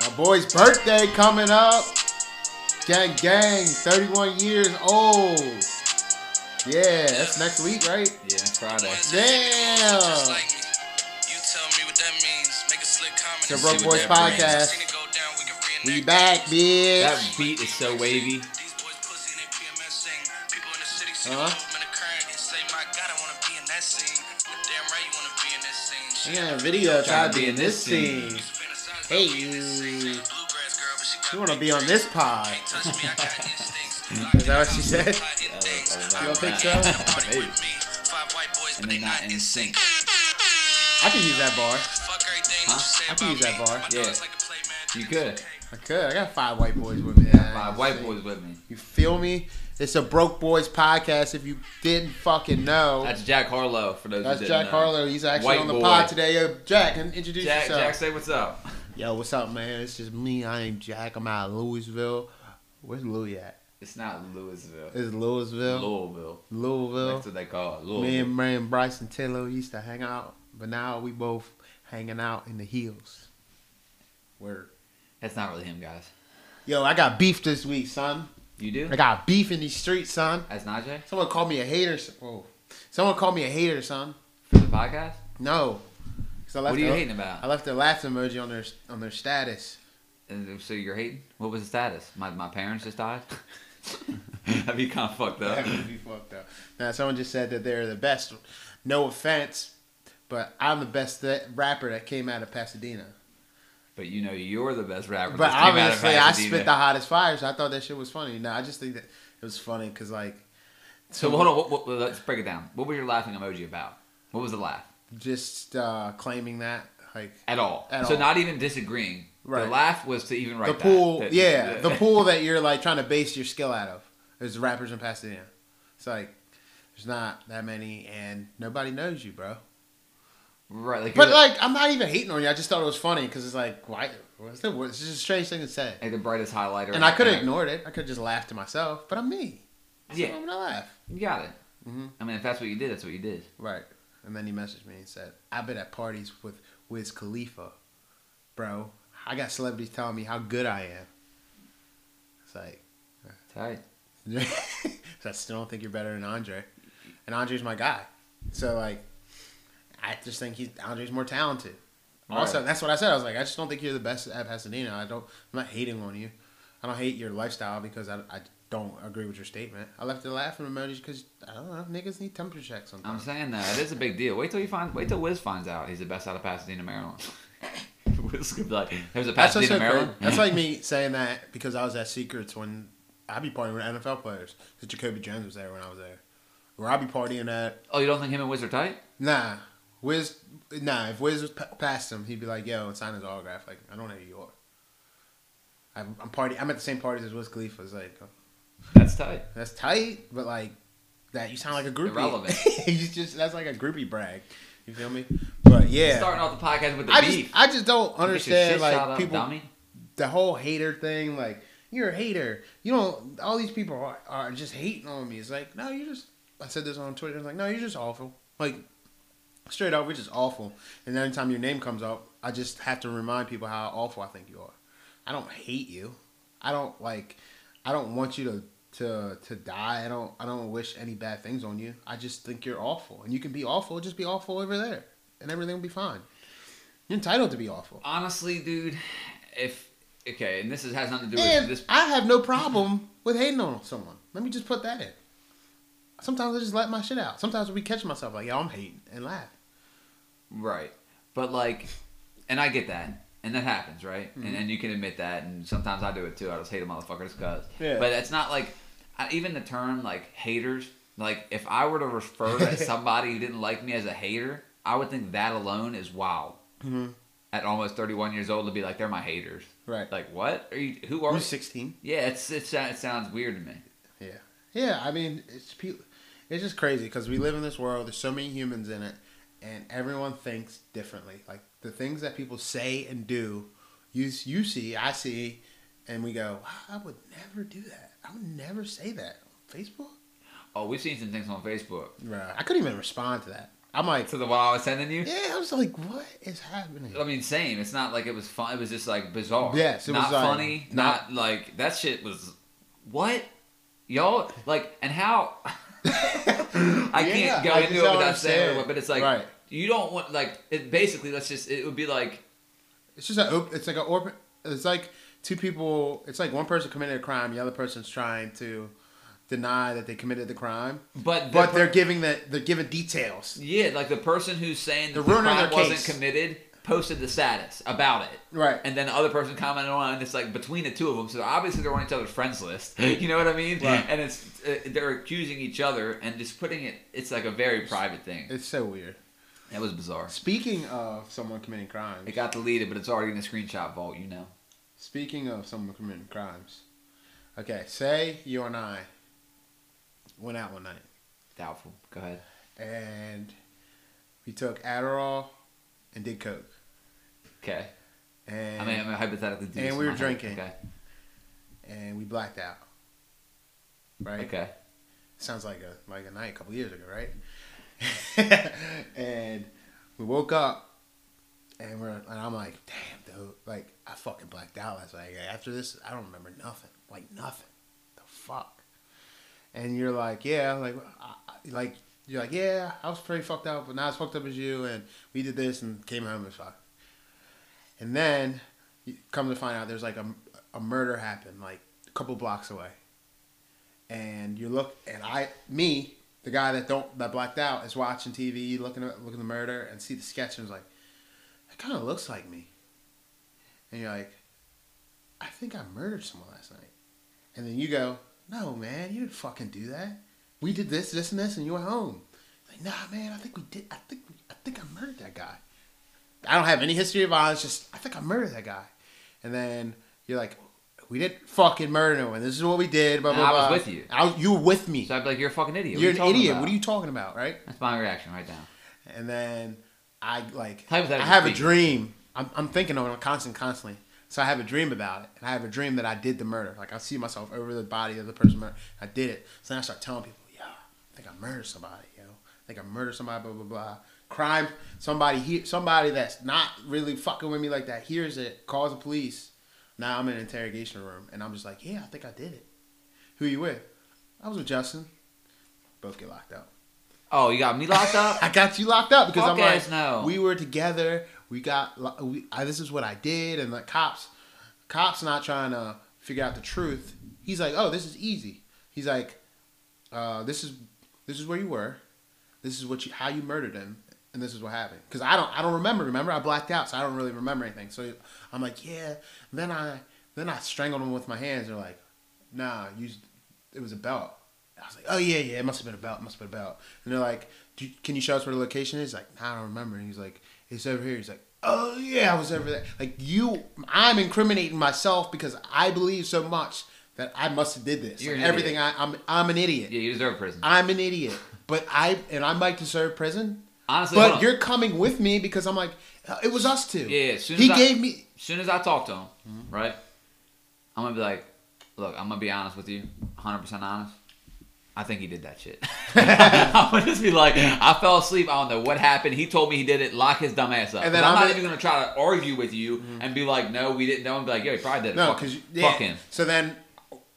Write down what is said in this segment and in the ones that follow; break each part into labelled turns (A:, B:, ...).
A: My boy's birthday coming up. Gang, gang, 31 years old. Yeah, that's next week, right?
B: Yeah, next Friday.
A: Damn.
C: Just like me. You tell me what that means. Make a slick comment.
A: The
C: and
A: Broke
C: see
A: Boys
C: what that brings.
A: Podcast.
C: Seen it go down, we can
A: We
C: reenact
A: back,
B: That
A: bitch.
B: beat is so wavy.
C: These boys pussy and they PMS sing. People in the city see
A: Uh-huh.
C: the movement occurring and say, My God, I wanna be in that scene. Damn right, you wanna be in that scene. She
A: Yeah, video of trying
B: Trying to be in this scene.
C: fantasized
A: Hey.
C: about being in this scene. She's a bluegrass girl, but she got
A: You want to
C: big
A: be on this pod?
C: Can't touch me, I got instincts.
A: Is that what she said?
B: oh,
A: You don't think so?
B: Maybe.
C: Five white boys, but
B: And
C: they
B: they're
C: not in sync.
A: I can use that bar.
C: Fuck everything that you say
A: I can use that
C: about
A: bar.
C: me. My
B: Yeah.
C: dogs like to play, man.
B: You could.
A: I could. I got five white boys with me. man.
B: My white boys with me.
A: You feel me? It's a Broke Boys podcast. If you didn't fucking know,
B: That's Jack Harlow for those.
A: that's
B: who didn't
A: Jack
B: know.
A: Harlow. He's actually
B: White
A: on the
B: boy.
A: pod today. Yo, Jack, in- introduce
B: Jack,
A: yourself.
B: Jack, say what's up.
A: Yo, what's up, man? It's just me. I am Jack. I'm out of Louisville. Where's Louis at?
B: It's not Louisville.
A: It's Louisville.
B: Louisville. That's
A: Louisville.
B: what they call it.
A: Me
B: Louisville.
A: and my and Bryson Taylor used to hang out, but now we both hanging out in the hills. Word.
B: That's not really him, guys.
A: Yo, I got beef this week, son.
B: You do?
A: I got beef in these streets, son.
B: As Najee
A: Someone called me a hater. s- Whoa. Someone called me a hater, son.
B: for the podcast.
A: No. 'Cause I left
B: What are you
A: a-
B: hating
A: I
B: about?
A: left a laugh emoji on their on their status.
B: And So you're hating? What was the status? My my parents just died. That'd be kind of fucked up.
A: That would be fucked up. Now someone just said that they're the best. No offense, but I'm the best that rapper that came out of Pasadena.
B: But you know you're the best rapper.
A: But
B: that's came out of
A: obviously, I
B: Pasadena.
A: spit the hottest fire, so I thought that shit was funny. No, I just think that it was funny because like,
B: So hold on. What, what, let's break it down. What was your laughing emoji about? What was the laugh?
A: just uh, claiming that like
B: At all.
A: At
B: so
A: all.
B: not even disagreeing.
A: Right.
B: The laugh was to even write
A: the
B: that.
A: pool,
B: That-
A: yeah, the pool that you're like trying to base your skill out of is rappers in Pasadena. It's like there's not that many, and nobody knows you, bro.
B: Right. Like,
A: But
B: you're
A: like, I'm not even hating on you. I just thought it was funny because it's like, why? What's the? It's just a strange thing to say.
B: the, like the brightest highlighter.
A: And I could have ignored it. I could have just laughed to myself. But I'm me. So
B: Yeah.
A: I'm gonna laugh.
B: You got it.
A: Mhm.
B: I mean, if that's what you did, that's what you did.
A: Right. And then he messaged me and said, "I've been at parties with Wiz Khalifa, bro. I got celebrities telling me how good I am." It's like,
B: Tight.
A: so I still don't think you're better than Andre. And Andre's my guy. So like, I just think he's Andre's more talented. Also,
B: Right.
A: that's what I said. I was like, I just don't think you're the best at Pasadena. I don't. I'm not hating on you. I don't hate your lifestyle because I, I don't agree with your statement. I left the laughing emojis because I don't know. Niggas need temperature checks
B: I'm
A: sometimes.
B: saying that it is a big deal. Wait till you find. Wait till Wiz finds out he's the best out of Pasadena, Maryland. Wiz could be like, "There's a
A: That's, what's
B: Pasadena,
A: so crazy.
B: Maryland."
A: that's like me saying that because I was at Secrets when I be partying with NFL players. 'Cause Jacoby Jones was there when I was there. Where I be partying at
B: oh, you don't think him and Wiz are tight?
A: Nah, Wiz. Nah, if Wiz was p- past him, he'd be like, "Yo, and sign his autograph." Like, I don't know who you are. I'm, I'm party. I'm at the same parties as Wiz Khalifa. It's like
B: That's tight.
A: that's tight, but like that you sound like a groupie.
B: Irrelevant.
A: He's just that's like a groupie brag. You feel me? But yeah,
B: Starting off the podcast with the
A: I
B: beef.
A: just I just don't
B: You get your
A: understand
B: shit shot
A: like
B: up,
A: people
B: dummy.
A: the whole hater thing. Like you're a hater. You don't. All these people are, are just hating on me. It's like no, you just. I said this on Twitter. I was like, no, you're just awful. Like straight up, we're just awful. And every time your name comes up, I just have to remind people how awful I think you are. I don't hate you. I don't like. I don't want you to. To, to die, I don't I don't wish any bad things on you. I just think you're awful, and you can be awful. Just be awful over there, and everything will be fine. You're entitled to be awful.
B: Honestly, dude, if okay, and this is, has nothing to do
A: And
B: with this.
A: I have no problem with hating on someone. Let me just put that in. Sometimes I just let my shit out. Sometimes we catch myself like, yo, I'm hating and laugh.
B: Right. But like, and I get that. And that happens, right? And, and you can admit that. And sometimes I do it too. I just hate a motherfucker just cause.
A: Yeah.
B: But it's not like, I, even the term like haters, like if I were to refer to somebody who didn't like me as a hater, I would think that alone is wow.
A: Mhm.
B: At almost 31 years old, to be like, they're my haters.
A: Right. Like,
B: Like, what? Are you, who are
A: I'm
B: you?
A: 16.
B: Yeah, it's, it's, it sounds weird to me.
A: Yeah. Yeah, I mean, it's people. It's just crazy because we live in this world. There's so many humans in it, and everyone thinks differently. Like the things that people say and do you you see, I see, and we go, "Wow, I would never do that. I would never say that on Facebook.
B: Oh, we've seen some things on Facebook.
A: Bruh, I couldn't even respond to that. I'm like,
B: To the what I was sending you.
A: yeah, I was like, what is happening?
B: I mean, same. It's not like it was fun. It was just like bizarre.
A: Yes, it
B: not
A: was, um, like,
B: funny. Not, like that shit was what y'all like and how. I
A: Yeah,
B: can't go
A: I
B: into
A: just
B: it
A: don't
B: without saying
A: understand.
B: it, but it's like
A: Right.
B: you don't want like it. Basically, let's just it would be like
A: It's just a it's like a orp- it's like two people. It's like one person committed a crime, the other person's trying to deny that they committed the crime,
B: but the
A: but
B: per-
A: they're giving the they're giving details.
B: yeah like the person who's saying
A: The
B: the,
A: ruiner of
B: crime
A: their
B: wasn't
A: case.
B: committed posted the status about it.
A: Right.
B: And then the other person commented on it, and it's like between the two of them. So obviously they're on each other's friends list. You know what I mean?
A: Right.
B: And it's uh, they're accusing each other and just putting it. It's like a very private thing.
A: It's so weird.
B: That was bizarre.
A: Speaking of someone committing crimes,
B: It got deleted, but it's already in the screenshot vault. You know.
A: Speaking of someone committing crimes, okay, say you and I went out one night
B: Doubtful. Go ahead.
A: and we took Adderall and did coke,
B: Okay.
A: and
B: I mean, I'm hypothetically. do
A: and we
B: this in
A: were
B: my head.
A: drinking. and we blacked out. Right.
B: Okay. Okay.
A: Sounds like a like a night a couple years ago, right? and we woke up. And we're and I'm like, damn, dude, like I fucking blacked out last night. After this, I don't remember nothing, like nothing. The fuck. And you're like, yeah, like, I, I- like you're like, yeah, I was pretty fucked up, but not as fucked up as you. And we did this and came home and fuck. And then you come to find out, there's like a a murder happened like a couple blocks away. And you look, and I, me, the guy that don't that blacked out is watching TV, looking at looking at the murder, and see the sketch and is like, it kind of looks like me. And you're like, I think I murdered someone last night. And then you go, No, man, you didn't fucking do that. We did this, this, and this, and you went home. Like, nah, man, I think we did. I think I think I murdered that guy. I don't have any history of violence. Just I think I murdered that guy. And then you're like, We didn't fucking murder him. And this is what we did. Blah
B: And
A: blah.
B: I was
A: blah.
B: with you.
A: I was- you were with me.
B: So I'd be like, "You're a fucking idiot. What
A: you're
B: are
A: an
B: you talking
A: idiot.
B: about?"
A: What are you talking about, right?
B: That's my reaction right now.
A: And then I like I
B: Hypothetically
A: have a
B: speaking.
A: dream. I'm, I'm thinking on it constant, constantly. So I have a dream about it, and I have a dream that I did the murder. Like I see myself over the body of the person murdered. I did it. So then I start telling people, "Yo, I think I murdered somebody. Yo, I think I murdered somebody. Blah blah blah. Crime. Somebody here. Somebody that's not really fucking with me like that hears it. Calls the police. Now I'm in an interrogation room, and I'm just like, "Yeah, I think I did it. Who you with? I was with Justin. Both get locked up.
B: Oh, you got me locked up.
A: I got you locked up because
B: Fuck
A: I'm like,
B: ass no.
A: we were together. We got lo- we, I, this is what I did, and the cops, cops not trying to figure out the truth. He's like, oh, this is easy. He's like, uh, this is this is where you were. This is what you how you murdered him, and this is what happened. Because I don't I don't remember. Remember, I blacked out, so I don't really remember anything. So I'm like, yeah. Then I then I strangled him with my hands. They're like, nah, you. It was a belt. I was like, oh yeah, yeah, it must have been a belt, must have been a belt. And they're like, Do you- can you show us where the location is? Like, nah, I don't remember. And he's like, it's over here. He's like, oh yeah, I was over there. Like you, I'm incriminating myself because I believe so much that I must have did this.
B: You're
A: Like,
B: an
A: everything I, I'm, I'm an idiot.
B: yeah, you deserve prison.
A: I'm an idiot, but I and I might deserve prison.
B: Honestly, hold
A: but
B: on.
A: you're coming with me because I'm like, it was us two.
B: Yeah, as soon
A: he
B: as I-
A: gave me.
B: As soon as I talk to him,
A: Mm-hmm.
B: right, I'm gonna be like, look, I'm gonna be honest with you, 100 percent honest. I think he did that shit. I'm gonna just be like, I fell asleep. I don't know what happened. He told me he did it. Lock his dumb ass up.
A: And
B: And
A: then
B: I'm,
A: I'm
B: not
A: gonna- Mm-hmm.
B: even gonna try to argue with you and be like, no, we didn't know. And be like, yeah, he probably did. It.
A: No,
B: fuck,
A: because
B: fuck him.
A: So then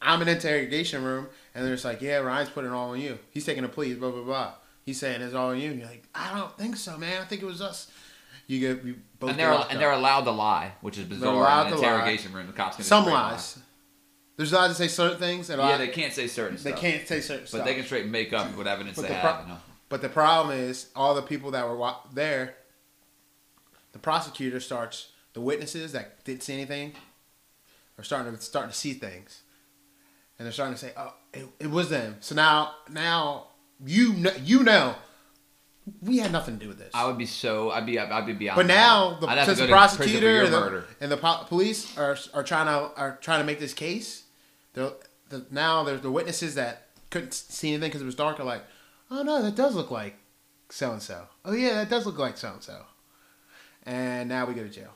A: I'm in interrogation room, and they're just like, "Yeah, Ryan's putting it all on you. He's taking a plea. Blah blah blah. He's saying it's all on you." And you're like, "I don't think so, man. I think it was us." You get you both.
B: And
A: get
B: they're
A: locked
B: and they're
A: up.
B: allowed to lie, which is bizarre.
A: allowed
B: in an
A: to lie.
B: interrogation room, the cops can just
A: some
B: straight lie.
A: lies. There's allowed to say certain things, and
B: Yeah,
A: yeah,
B: they
A: they,
B: can't say certain
A: they
B: stuff,
A: can't say certain.
B: but they can straight make up what evidence
A: But
B: they
A: the
B: have.
A: pro-
B: you know?
A: But the problem is, all the people that were wa- there, the prosecutor starts the witnesses that didn't see anything are starting to starting to see things, and they're starting to say, "Oh, it, it was them." So now, now you know, you know, we had nothing to do with this.
B: I would be so. I'd be. I'd be beyond.
A: But now,
B: that.
A: the,
B: I'd have to
A: since the
B: go to prison for
A: prosecutor
B: your
A: and the,
B: murder.
A: and the po- police are are trying to are trying to make this case, they're, the, now there's the witnesses that couldn't s- see anything because it was dark are like, oh no, that does look like so and so. Oh yeah, that does look like so and so. And now we go to jail.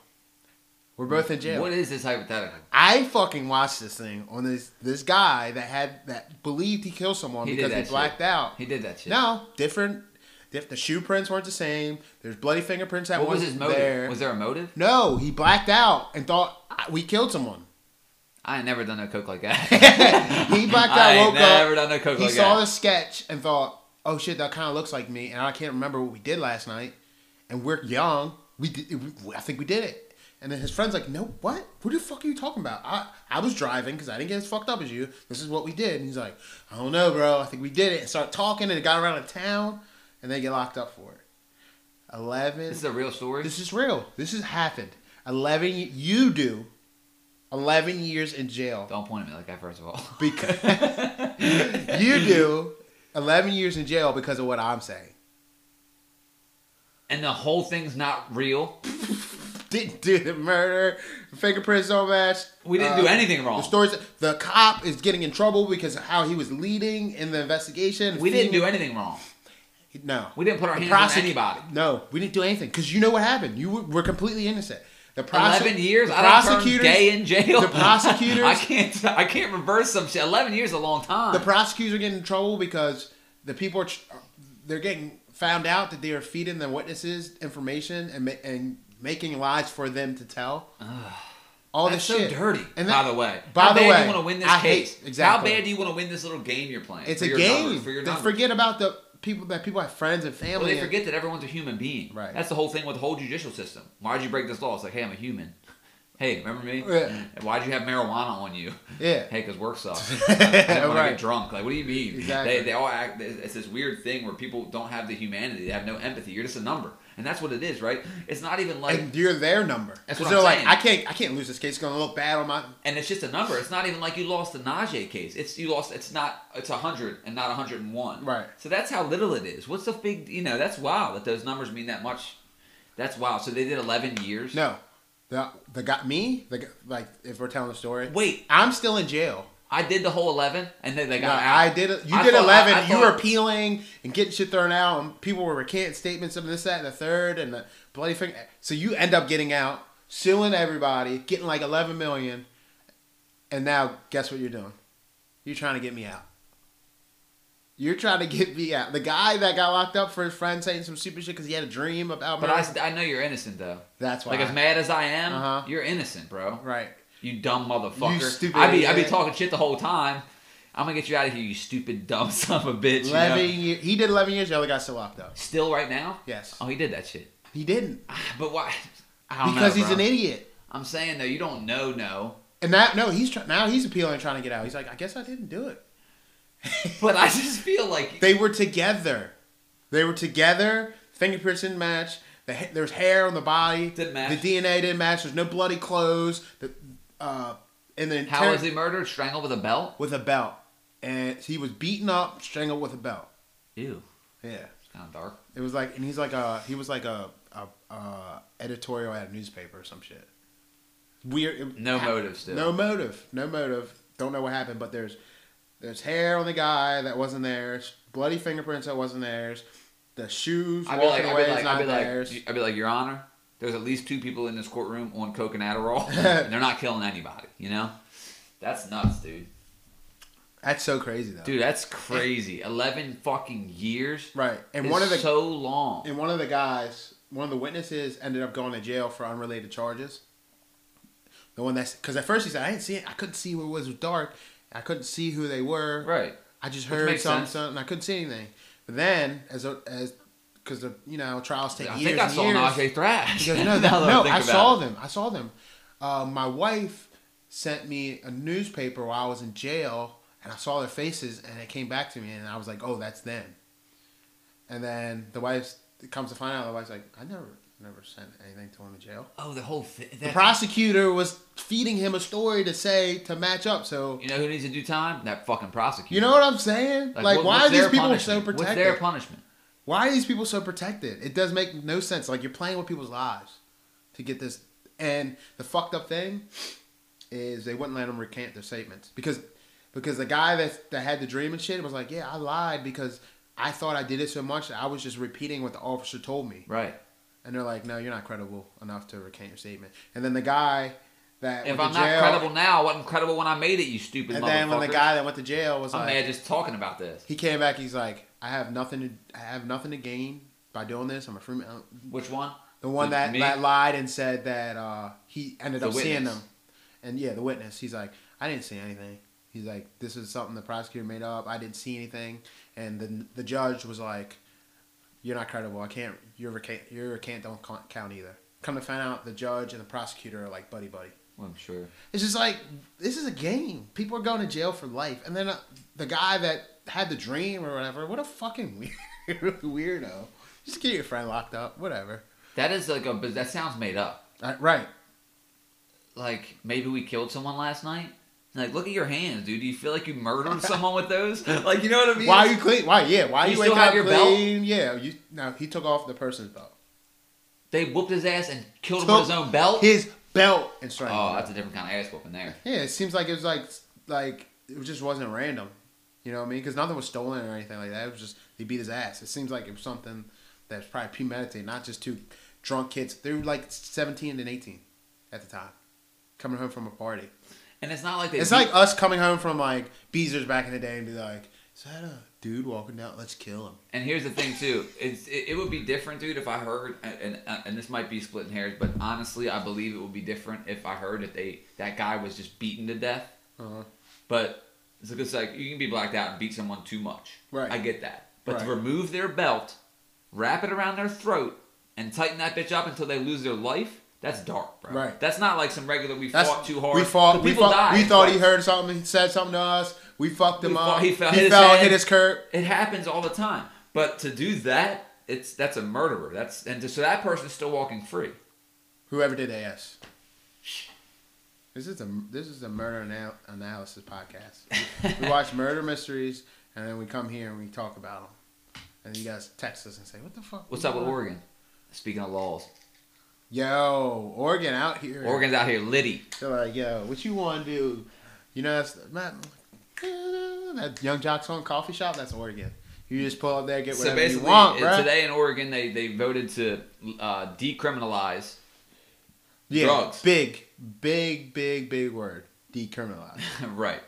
A: We're both in jail.
B: What is this hypothetical?
A: I fucking watched this thing on this this guy that had that believed he killed someone
B: He did
A: because
B: that
A: he
B: shit.
A: blacked out.
B: He did that shit.
A: No, different. Diff, the shoe prints weren't the same. There's bloody fingerprints that
B: What was
A: wasn't
B: his motive?
A: there.
B: Was there a motive?
A: no, he blacked out and thought "I- we killed someone.
B: I ain't never done no coke like that.
A: he blacked out,
B: I ain't
A: woke
B: never
A: up.
B: done no coke
A: He
B: like
A: saw
B: that.
A: the sketch and thought, "Oh shit, that kind of looks like me." And I can't remember what we did last night. And we're young. We, did, we I think we did it. And then his friend's like, "No, what? What the fuck are you talking about? I I was driving because I didn't get as fucked up as you. This is what we did." And he's like, "I don't know, bro. I think we did it." And start talking, and it got around the town, and they get locked up for it. Eleven.
B: This is a real story.
A: This is real. This has happened. Eleven. y- You do. Eleven years in jail
B: Don't point at me like that. First of all,
A: because you do 11 years in jail because of what I'm saying.
B: and the whole thing's not real.
A: Didn't do the murder, fingerprints don't match.
B: We didn't
A: uh,
B: do anything wrong.
A: The stories. The cop is getting in trouble because of how he was leading in the investigation.
B: we didn't do anything wrong.
A: anything. No,
B: We didn't put our
A: The
B: hands on
A: prosec-
B: anybody.
A: No, we didn't do anything because you know what happened. You were, were completely innocent. The prose-
B: Eleven years.
A: the
B: I don't turn gay in jail.
A: the prosecutors-
B: I can't. I can't reverse some shit. Eleven years is a long time.
A: the prosecutors are getting in trouble because the people are tr- they're getting found out that they are feeding the witnesses information and ma- and making lies for them to tell. All
B: That's
A: this
B: so
A: shit.
B: dirty.
A: And
B: by
A: that-
B: the way,
A: by
B: how
A: the
B: bad
A: way,
B: do you want to win this
A: I hate-
B: case?
A: exactly.
B: How bad do you want to win this little game you're playing?
A: it's
B: for
A: a
B: your
A: game.
B: numbers, for your
A: they
B: numbers.
A: forget about the people that people have friends and family.
B: Well, they
A: and-
B: forget that everyone's a human being.
A: Right.
B: That's the whole thing with the whole judicial system. Why'd you break this law? It's like, hey, I'm a human. Hey, remember me?
A: Yeah.
B: Why'd you have marijuana on you?
A: Yeah.
B: Hey, because work sucks. I didn't want to
A: Right.
B: get drunk. Like, what do you mean?
A: Exactly.
B: They, they all act. It's this weird thing where people don't have the humanity. They have no empathy. You're just a number, and that's what it is, right? It's not even like
A: and you're their number.
B: That's
A: 'Cause
B: what
A: they're
B: I'm
A: like,
B: saying.
A: I can't, I can't lose this case. It's gonna look bad on my.
B: and it's just a number. It's not even like you lost the Najee case. It's you lost. It's not. It's hundred and not hundred and one.
A: Right.
B: So that's how little it is. What's the big? You know, that's wow that those numbers mean that much. That's wow. So they did eleven years.
A: No, the the got me. The, g- like if we're telling the story,
B: Wait,
A: I'm still in jail.
B: I did the whole eleven, and then they
A: No,
B: got out.
A: I did. You
B: I
A: did
B: thought-
A: eleven.
B: I- I
A: you
B: thought-
A: were appealing and getting shit thrown out, and people were recanting statements of this, that, and the third, and the bloody thing. So you end up getting out, suing everybody, getting like eleven million, and now guess what you're doing? You're trying to get me out. You're trying to get me out. The guy that got locked up for his friend saying some stupid shit because he had a dream about.
B: But
A: murder.
B: I, I know you're innocent though.
A: that's why.
B: Like as mad as I am,
A: Uh-huh.
B: you're innocent, bro.
A: right.
B: You dumb motherfucker.
A: You stupid
B: I be I be
A: idiot.
B: talking shit the whole time. I'm gonna get you out of here, you stupid dumb son of a bitch. you know?
A: Eleven. Year, he did eleven years. The other guy still locked up.
B: Still right now?
A: Yes.
B: Oh, he did that shit.
A: He didn't
B: But why? I don't
A: because
B: know,
A: he's
B: bro.
A: an idiot.
B: I'm saying though, you don't know no.
A: And that no, he's try- now he's appealing, trying to get out. He's like, I guess I didn't do it.
B: But I just feel like
A: They were together. They were together. Fingerprints didn't match. The, ha- there was hair on the body.
B: Didn't match.
A: The DNA didn't match. There's no bloody clothes. The, uh, and then
B: how was he murdered? Strangled with a belt?
A: with a belt, and he was beaten up, strangled with a belt.
B: Ew.
A: Yeah,
B: It's kind of dark.
A: it was like, and he's like a he was like a, a, a editorial at a newspaper or some shit. Weird. it-
B: No
A: ha-
B: motive still.
A: No motive. No motive. Don't know what happened, but there's there's hair on the guy that wasn't theirs, bloody fingerprints that wasn't theirs, the shoes
B: I'd be
A: walking
B: like, I'd
A: away
B: be
A: is
B: like,
A: not
B: I'd be
A: theirs.
B: like, I'd be like, Your Honor, there's at least two people in this courtroom on coke and Adderall, and they're not killing anybody. You know, that's nuts, dude.
A: That's so crazy though.
B: Dude, that's crazy. Eleven fucking years.
A: Right. And
B: is
A: one of the
B: so long.
A: and one of the guys, one of the witnesses ended up going to jail for unrelated charges. The one that's because at first he said I didn't see it. I couldn't see what was dark. I couldn't see who they were.
B: right.
A: I just
B: Which
A: heard
B: makes
A: something,
B: sense.
A: something. I couldn't see anything. But then, as a, as because the you know trials take
B: I
A: years.
B: think I
A: and
B: saw
A: years,
B: Najee thrash.
A: He goes, no,
B: Now
A: that,
B: that
A: no,
B: think
A: I
B: about
A: saw
B: it.
A: them. I saw them. Uh, my wife sent me a newspaper while I was in jail, and I saw their faces, and it came back to me, and I was like, oh, that's them. And then the wife comes to find out, the wife's like, I never, never sent anything to him in jail.
B: Oh, the whole thing.
A: The prosecutor was feeding him a story to say to match up. So
B: you know who needs to do time? That fucking prosecutor.
A: you know what I'm saying? Like,
B: what-
A: why
B: what's
A: are these
B: their
A: people so
B: punishment?
A: protected?
B: What's their punishment?
A: Why are these people so protected? It does make no sense. Like you're playing with people's lives to get this. And the fucked up thing is they wouldn't let them recant their statements because because the guy that that had the dream and shit was like, yeah, I lied because I thought I did it so much that I was just repeating what the officer told me.
B: Right.
A: and they're like, "No, you're not credible enough to recant your statement." And then the guy that
B: If
A: went
B: I'm
A: to
B: not
A: jail,
B: credible now, I wasn't credible when I made it, you stupid
A: and
B: motherfucker.
A: then when the guy that went to jail was
B: I'm
A: like,
B: mad just talking about this.
A: he came back, he's like, "I have nothing to, I have nothing to gain by doing this. I'm a free man."
B: Which one?
A: The one
B: The-
A: that,
B: me?
A: that lied and said that uh, he ended
B: The
A: up seeing
B: witness.
A: them. And yeah, the witness. He's like, I didn't see anything. He's like, this is something the prosecutor made up. I didn't see anything. And then the judge was like, you're not credible. I can't. You're recant. You're recant. Don't con- count either. Come to find out, the judge and the prosecutor are like buddy buddy.
B: Well, I'm sure.
A: It's just like this is a game. People are going to jail for life. And then uh, the guy that had the dream or whatever. What a fucking weird weirdo. Just get your friend locked up. Whatever.
B: That is like a. but That sounds made up.
A: Uh, right.
B: Like maybe we killed someone last night. Like look at your hands, dude. Do you feel like you murdered someone with those? Like you know what I mean?
A: Why you clean? Why yeah? Why
B: You
A: you,
B: still
A: wake
B: have
A: up
B: your belt?
A: clean? Yeah, you. No, he took off the person's belt.
B: They whooped his ass and killed him with his
A: Took
B: own belt.
A: His belt and
B: oh,
A: strangled. him.
B: that's a different kind of ass whooping there.
A: yeah, it seems like it was like like it just wasn't random. You know what I mean? Because nothing was stolen or anything like that. It was just he beat his ass. It seems like it was something that was probably premeditated, not just two drunk kids. They were like seventeen and eighteen at the time, coming home from a party.
B: And it's not like they.
A: It's
B: beat-
A: like us coming home from like Beezers back in the day and be like, "Is that a dude walking down? Let's kill him."
B: And here's the thing too. It's it, it would be different, dude, if I heard and uh, and- and this might be splitting hairs, but honestly, I believe it would be different if I heard that they that guy was just beaten to death.
A: Uh-huh.
B: But it's like, it's like you can be blacked out and beat someone too much.
A: Right.
B: I get that. But to
A: Right.
B: remove their belt, wrap it around their throat, and tighten that bitch up until they lose their life, that's dark, bro.
A: Right.
B: That's not like some regular we
A: That's-
B: fought too hard.
A: We fought.
B: Because
A: We,
B: people
A: fought
B: die
A: we
B: in
A: thought he
B: fights.
A: heard something. He said something to us. We fucked him
B: We
A: up.
B: fought-
A: he
B: he
A: fell.
B: fell-
A: He
B: hit his
A: fell.
B: head.
A: Hit his curb.
B: It happens all the time. But to do that, it's that's a murderer. That's and so that person's still walking free.
A: Whoever did AS. This is a this is a murder anal- analysis podcast. we watch murder mysteries and then we come here and we talk about them. And you guys text us and say, "What the fuck?
B: What's up with Oregon? Speaking of laws,
A: Yo, Oregon out here.
B: Oregon's out here litty.
A: They're like, yo, what you want to do? You know, that's, that, that Young Jock's on coffee shop. That's Oregon. You just pull up there, get
B: So
A: whatever you
B: basically,
A: want,
B: uh,
A: bruh.
B: today in Oregon, they, they voted to uh, decriminalize.
A: Yeah,
B: Drugs.
A: big, big, big, big word. Decriminalized.
B: right.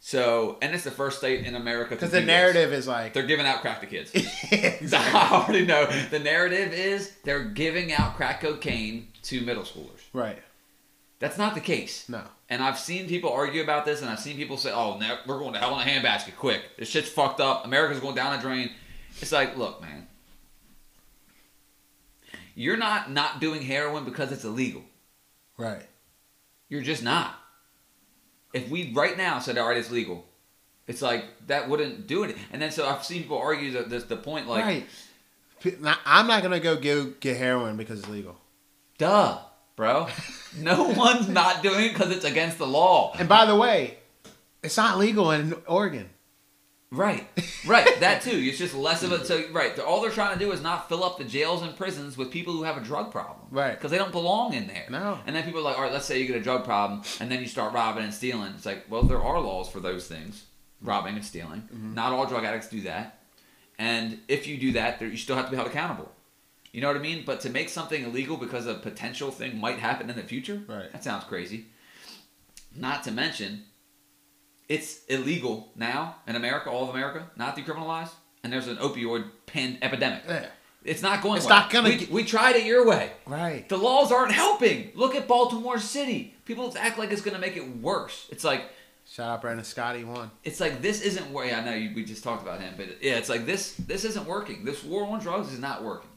B: So, and it's the first state in America to
A: Because
B: do
A: the
B: this.
A: narrative is like,
B: They're giving out crack to kids.
A: exactly.
B: I already know. The narrative is they're giving out crack cocaine to middle schoolers.
A: right.
B: That's not the case.
A: No.
B: And I've seen people argue about this, and I've seen people say, "Oh, no, we're going to hell in a handbasket, quick! This shit's fucked up. America's going down a drain." It's like, look, man, you're not not doing heroin because it's illegal.
A: Right.
B: You're just not. If we right now said, "All right, it's legal," it's like that wouldn't do it. And then so I've seen people argue that this, the point, like,
A: right. P- now, I'm not gonna go go get heroin because it's legal.
B: duh, bro, no one's not doing it because it's against the law.
A: And by the way, it's not legal in Oregon.
B: Right, right. That too. It's just less of a so right. All they're trying to do is not fill up the jails and prisons with people who have a drug problem.
A: Right.
B: Because they don't belong in there.
A: No.
B: And then people are like, all right, let's say you get a drug problem, and then you start robbing and stealing. It's like, well, there are laws for those things,
A: Mm-hmm.
B: robbing and stealing. Not all drug addicts do that. And if you do that, there, you still have to be held accountable. You know what I mean? But to make something illegal because a potential thing might happen in the future,
A: Right.
B: that sounds crazy. Not to mention, it's illegal now in America, all of America, not decriminalized, and there's an opioid pan epidemic.
A: Yeah.
B: It's not going.
A: It's
B: well.
A: not gonna
B: We,
A: get-
B: we tried it your way.
A: Right.
B: The laws aren't helping. Look at Baltimore City. People act like it's gonna make it worse. It's like
A: Shout out Brandon Scotty one.
B: it's like this isn't wor- yeah, I know you, we just talked about him, but yeah, it's like this this isn't working. This war on drugs is not working,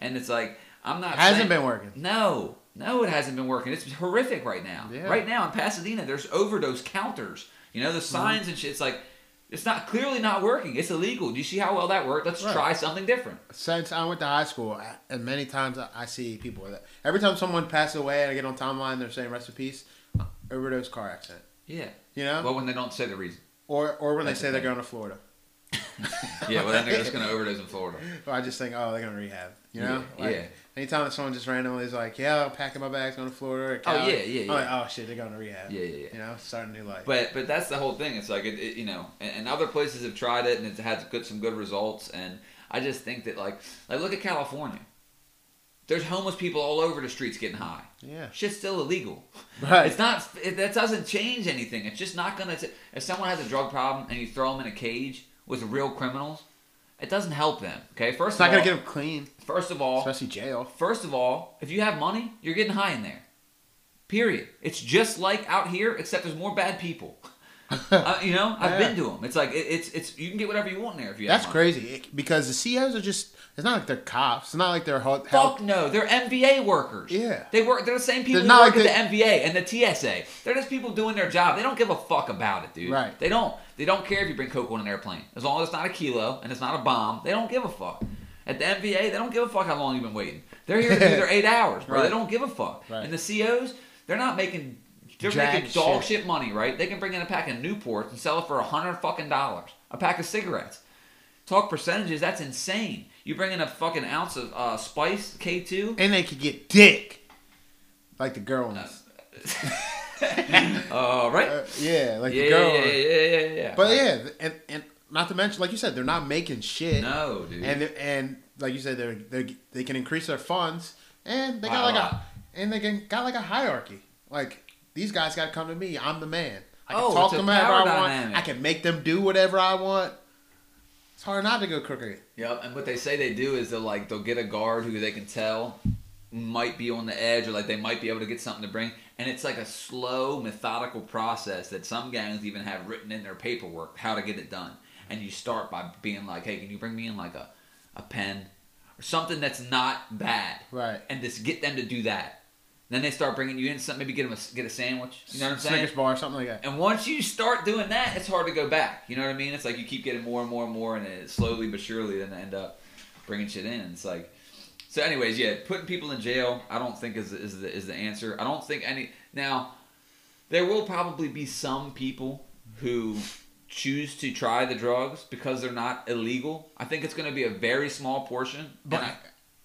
B: and it's like I'm not
A: Hasn't
B: saying-
A: been working.
B: No, no, it hasn't been working. It's horrific right now.
A: Yeah.
B: Right now in Pasadena, there's overdose counters. You know the
A: Mm-hmm.
B: signs and shit. It's like it's not clearly not working. It's illegal. Do you see how well that worked? Let's
A: Right.
B: try something different.
A: Since I went to high school, I- and many times I, I see people that every time someone passes away and I get on timeline, they're saying "rest in peace," uh, overdose car accident.
B: Yeah.
A: You know,
B: Well, when they don't say the reason.
A: or or when they
B: That's
A: say
B: the
A: they're
B: thing.
A: going to Florida.
B: Yeah. Well, then they're just gonna overdose in Florida.
A: Or I just think, oh, they're gonna rehab. You know,
B: Yeah,
A: Like,
B: yeah.
A: Anytime that someone just randomly is like, yeah, I'm packing my bags, going to Florida. Or
B: Oh,
A: Cali,
B: yeah, yeah,
A: I'm
B: yeah.
A: like, oh shit, they're going to rehab.
B: Yeah, yeah, yeah.
A: You know, starting a new life.
B: But but that's the whole thing. It's like it, it you know, and, and other places have tried it and it's had good some good results. And I just think that like like look at California. There's homeless people all over the streets getting high.
A: Yeah.
B: Shit's still illegal.
A: Right.
B: It's not. It, that doesn't change anything. It's just not gonna. If someone has a drug problem and you throw them in a cage with real criminals, it doesn't help them. Okay. First
A: It's
B: of
A: not gonna
B: all,
A: get them clean,
B: first of all,
A: especially jail.
B: First of all, if you have money, you're getting high in there. Period. It's just like out here, except there's more bad people. Uh, you know, I've been to them. It's like it, it's it's you can get whatever you want in there if you.
A: That's
B: have money.
A: crazy it- because the CEOs are just. It's not like they're cops. It's not like they're help.
B: Fuck no, they're MBA workers.
A: Yeah.
B: they work. They're the same people
A: They're
B: who
A: not
B: work
A: like
B: at the MBA and the TSA. They're just people doing their job. They don't give a fuck about it, dude.
A: Right.
B: They don't. They don't care if you bring coke on an airplane, as long as it's not a kilo and it's not a bomb. They don't give a fuck. At the MBA, they don't give a fuck how long you've been waiting. They're here to do their eight hours, bro. They
A: Right.
B: don't give a fuck.
A: Right.
B: And the COs, they're not making. They're
A: Jack
B: making dog
A: shit.
B: shit money, right? They can bring in a pack of Newports and sell it for a hundred fucking dollars. A pack of cigarettes. Talk percentages, that's insane. You bring in a fucking ounce of uh, spice, K2.
A: and they could get dick, like the girl ones.
B: Uh, right?
A: Uh, yeah, like
B: yeah,
A: the girl.
B: yeah, yeah,
A: ones.
B: yeah, yeah, yeah.
A: But yeah, th- and and not to mention, like you said, they're not making shit.
B: No, dude.
A: And they- and like you said, they're they they can increase their funds, and they
B: By a
A: got like a
B: lot.
A: and they can, got like a hierarchy. Like these guys got to come to me. I'm the man. I can
B: Oh,
A: talk
B: it's
A: to
B: a
A: them whatever I
B: power
A: want.
B: dynamic.
A: I can make them do whatever I want. It's hard not to go crooked.
B: Yep, and what they say they do is they'll like they'll get a guard who they can tell might be on the edge or like they might be able to get something to bring, and it's like a slow, methodical process that some gangs even have written in their paperwork how to get it done. And you start by being like, "Hey, can you bring me in like a, a pen or something that's not bad?"
A: Right.
B: And just get them to do that. Then they start bringing you in something, maybe get them a, get a sandwich. You know what I'm saying?
A: Snickers bar or something like that.
B: And once you start doing that, it's hard to go back. You know what I mean? It's like you keep getting more and more and more, and it slowly but surely then end up bringing shit in. It's like, so anyways, yeah, putting people in jail, I don't think is is the is the answer. I don't think any now. There will probably be some people who choose to try the drugs because they're not illegal. I think it's going to be a very small portion.
A: But
B: And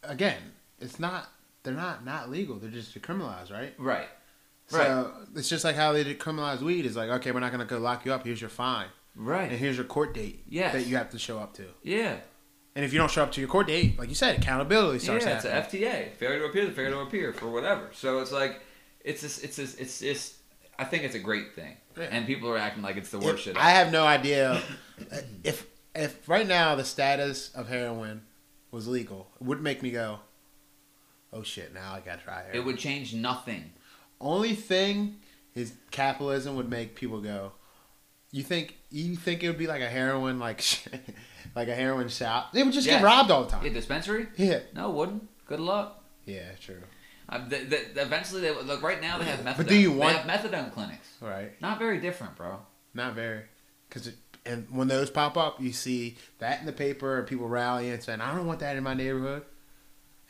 B: I-
A: again, it's not. They're not not legal. They're just decriminalized, right?
B: right, right,
A: So it's just like how they decriminalize weed. It's like okay, we're not gonna go lock you up. Here's your fine,
B: right,
A: and here's your court date
B: Yes.
A: that you have to show up to.
B: yeah.
A: And if you don't show up to your court date, like you said, accountability starts
B: yeah,
A: happening.
B: it's a FTA, failure to appear, failure to appear for whatever. So it's like, it's just, it's just, it's just. I think it's a great thing,
A: Yeah.
B: and people are acting like it's the
A: If-
B: worst shit.
A: I have no idea if if right now the status of heroin was legal, it would make me go, "Oh shit, now I gotta try
B: it
A: heroin."
B: would change nothing.
A: Only thing is capitalism would make people go. You think you think it would be like a heroin like like a heroin shop? They would just
B: Yes.
A: get robbed all the time.
B: A dispensary?
A: yeah,
B: No, it wouldn't. Good luck.
A: yeah, true.
B: Um, th th eventually, they look. Right now, they have methadone.
A: But do you want-
B: They have methadone clinics.
A: Right,
B: Not very different, bro.
A: not very. Because and when those pop up, you see that in the paper, and people rallying and saying, "I don't want that in my neighborhood,"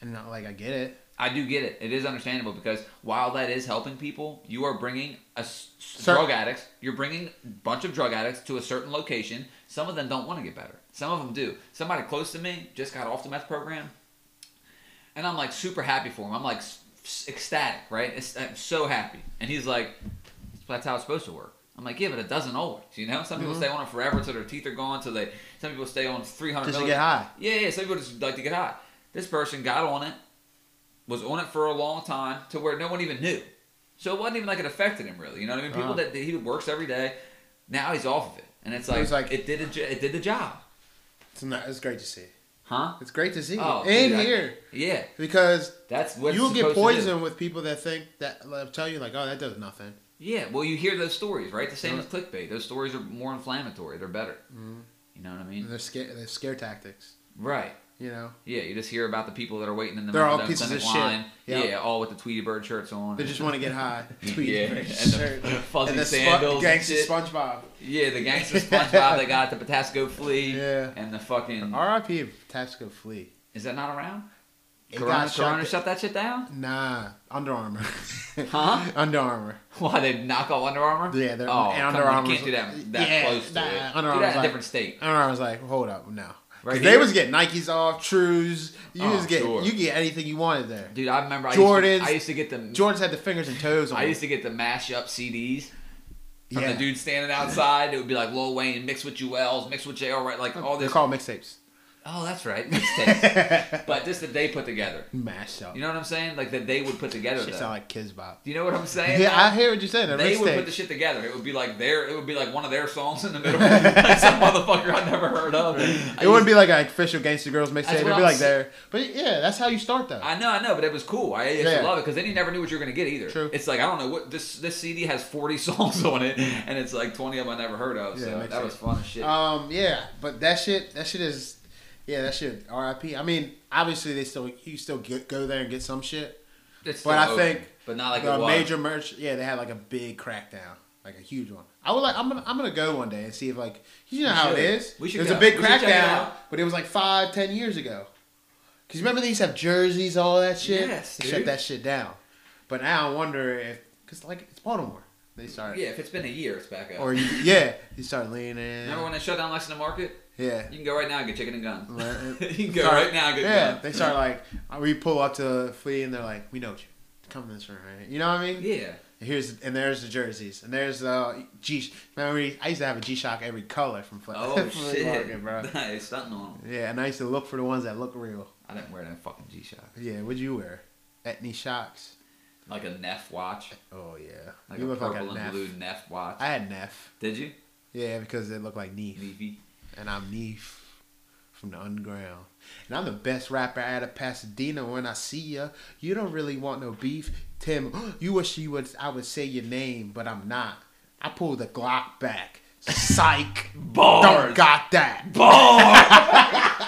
A: and not like I get it.
B: I do get it. It is understandable because while that is helping people, you are bringing a s- s-
A: Cer-
B: drug addicts. You're bringing a bunch of drug addicts to a certain location. Some of them don't want to get better. Some of them do. Somebody close to me just got off the meth program, and I'm like super happy for him. I'm like s- s- ecstatic, right? It's, I'm so happy, and he's like, "That's how it's supposed to work." I'm like, "Yeah, but it doesn't always." You know, some people stay on it forever till their teeth are gone. Till they, some people stay on 300
A: Just to
B: milli-
A: get high.
B: Yeah, yeah. Some people just like to get high. This person got on it was on it for a long time to where no one even knew. So it wasn't even like it affected him really. You know what I mean? People
A: Uh-huh.
B: that, that he works every day, now he's off of it, and it's like,
A: was like-
B: it did a, jo- it did the job,
A: It's not. It's great to see.
B: huh?
A: It's great to see
B: Oh,
A: in
B: dude, I-
A: here
B: yeah,
A: because
B: that's what
A: you'll
B: it's
A: get
B: supposed to do.
A: poisoned with people that think that like, tell you like, "Oh, that does nothing."
B: Yeah, well, you hear those stories, right? The same
A: Yeah.
B: as clickbait. Those stories are more inflammatory. They're better.
A: Mm-hmm.
B: You know what I
A: And
B: mean?
A: they're scare, they're scare tactics.
B: Right.
A: You know,
B: Yeah, you just hear about the people that are waiting in the
A: They're all
B: methadone
A: pieces of
B: clinic
A: shit.
B: line.
A: Yeah.
B: Yeah, all with the Tweety Bird shirts on.
A: they just want to get high. Tweet
B: Yeah, and the
A: shirt.
B: fuzzy
A: and the
B: sandals and
A: gangsta
B: shit.
A: SpongeBob.
B: Yeah, the gangster SpongeBob they got the Potasco flea.
A: Yeah.
B: And the fucking
A: R.I.P. Tasco Flea.
B: is that not around?
A: It
B: Corona,
A: got shut
B: Corona
A: the-
B: shut that shit down?
A: Nah, Under Armour.
B: Huh?
A: Under Armour.
B: Why they knock off Under Armour?
A: Yeah, they're-
B: oh,
A: and
B: come
A: Under
B: on,
A: Armour's-
B: You can't do that that
A: Yeah,
B: close to
A: nah,
B: it.
A: Under Armour's
B: do that in a
A: like-
B: different state.
A: Under Armour's like, hold up, no.
B: Right
A: Right they
B: here?
A: was getting Nikes off, Trues. You
B: Oh,
A: just get
B: sure.
A: you get anything you wanted there.
B: Dude, I remember I
A: Jordans-
B: Used to, I used to get the
A: Jordan's had the fingers and toes on.
B: I used to get the mash up CDs from
A: yeah.
B: the dude standing outside. It would be like Lil Wayne mixed with Jewels, mixed with JL, right? Like all
A: They're
B: this.
A: called mixtapes.
B: oh, that's right, mixtapes. but just that they put together.
A: Mashed up.
B: You know what I'm saying? Like that they would put together.
A: Shit
B: though.
A: sound like Kids Bop.
B: Do you know what I'm saying?
A: Yeah,
B: now?
A: I hear what you're saying.
B: they would put the shit together. It would be like their, it would be like one of their songs in the middle, like some motherfucker I never heard of. I
A: it wouldn't be like an official Gangsta Girls mixtape.
B: That's
A: It'd
B: what
A: be
B: I'm
A: like
B: saying.
A: there. But yeah, that's how you start though.
B: I know, I know, but it was cool. I used
A: Yeah.
B: to love it because then you never knew what you were gonna get either.
A: True.
B: It's like I don't know what this this CD has forty songs on it, and it's like twenty of them I never heard of.
A: Yeah, it
B: so that
A: makes
B: was
A: sense.
B: fun as shit.
A: Um, yeah, but that shit, that shit is, yeah, that shit. R.I.P. I mean, obviously they still, you still get, go there and get some shit.
B: it's
A: but
B: still
A: I think
B: but not like
A: the
B: it was.
A: major merch, yeah, they had like a big crackdown, like a huge one. I would like, I'm gonna, I'm gonna go one day and see if like, you know
B: We
A: how
B: should.
A: it is.
B: We should
A: It was
B: go.
A: a big
B: We should check it
A: crackdown,
B: out.
A: but it was like five, ten years ago. Cause you remember they used to have jerseys, all that shit.
B: Yes,
A: They
B: dude.
A: shut that shit down. But now I wonder if, cause like it's Baltimore, they started,
B: Yeah, if it's been a year, it's back up.
A: or you, yeah, you start leaning in.
B: Remember when they shut down Lexington Market?
A: yeah.
B: You can go right now and get chicken and
A: Right.
B: guns. you can go
A: Sorry.
B: right now and get
A: Yeah,
B: guns.
A: they start like we pull up to Flea and they're like, "We know you. Come in this room, right? You know what I mean?
B: Yeah.
A: And Here's and there's the jerseys and there's uh G. Remember, we- I used to have a G Shock every color from Flea.
B: Oh
A: from
B: shit,
A: Market, bro.
B: Nice, something on 'em.
A: Yeah, and I used to look for the ones that look real.
B: I didn't wear that fucking G Shock.
A: Yeah, what'd you wear? Etney shocks.
B: Like a Neff watch,
A: Oh yeah,
B: like
A: you
B: a
A: look
B: purple
A: like a
B: and
A: Neff.
B: blue Neff watch.
A: I had Neff.
B: Did you?
A: Yeah, because it looked like Neef,
B: Neffy.
A: and I'm Neef from the underground. And I'm the best rapper out of Pasadena. When I see ya, you don't really want no beef, Tim. You wish you would. I would say your name, but I'm not. I pull the Glock back. Psych.
B: Bars.
A: Don't got that.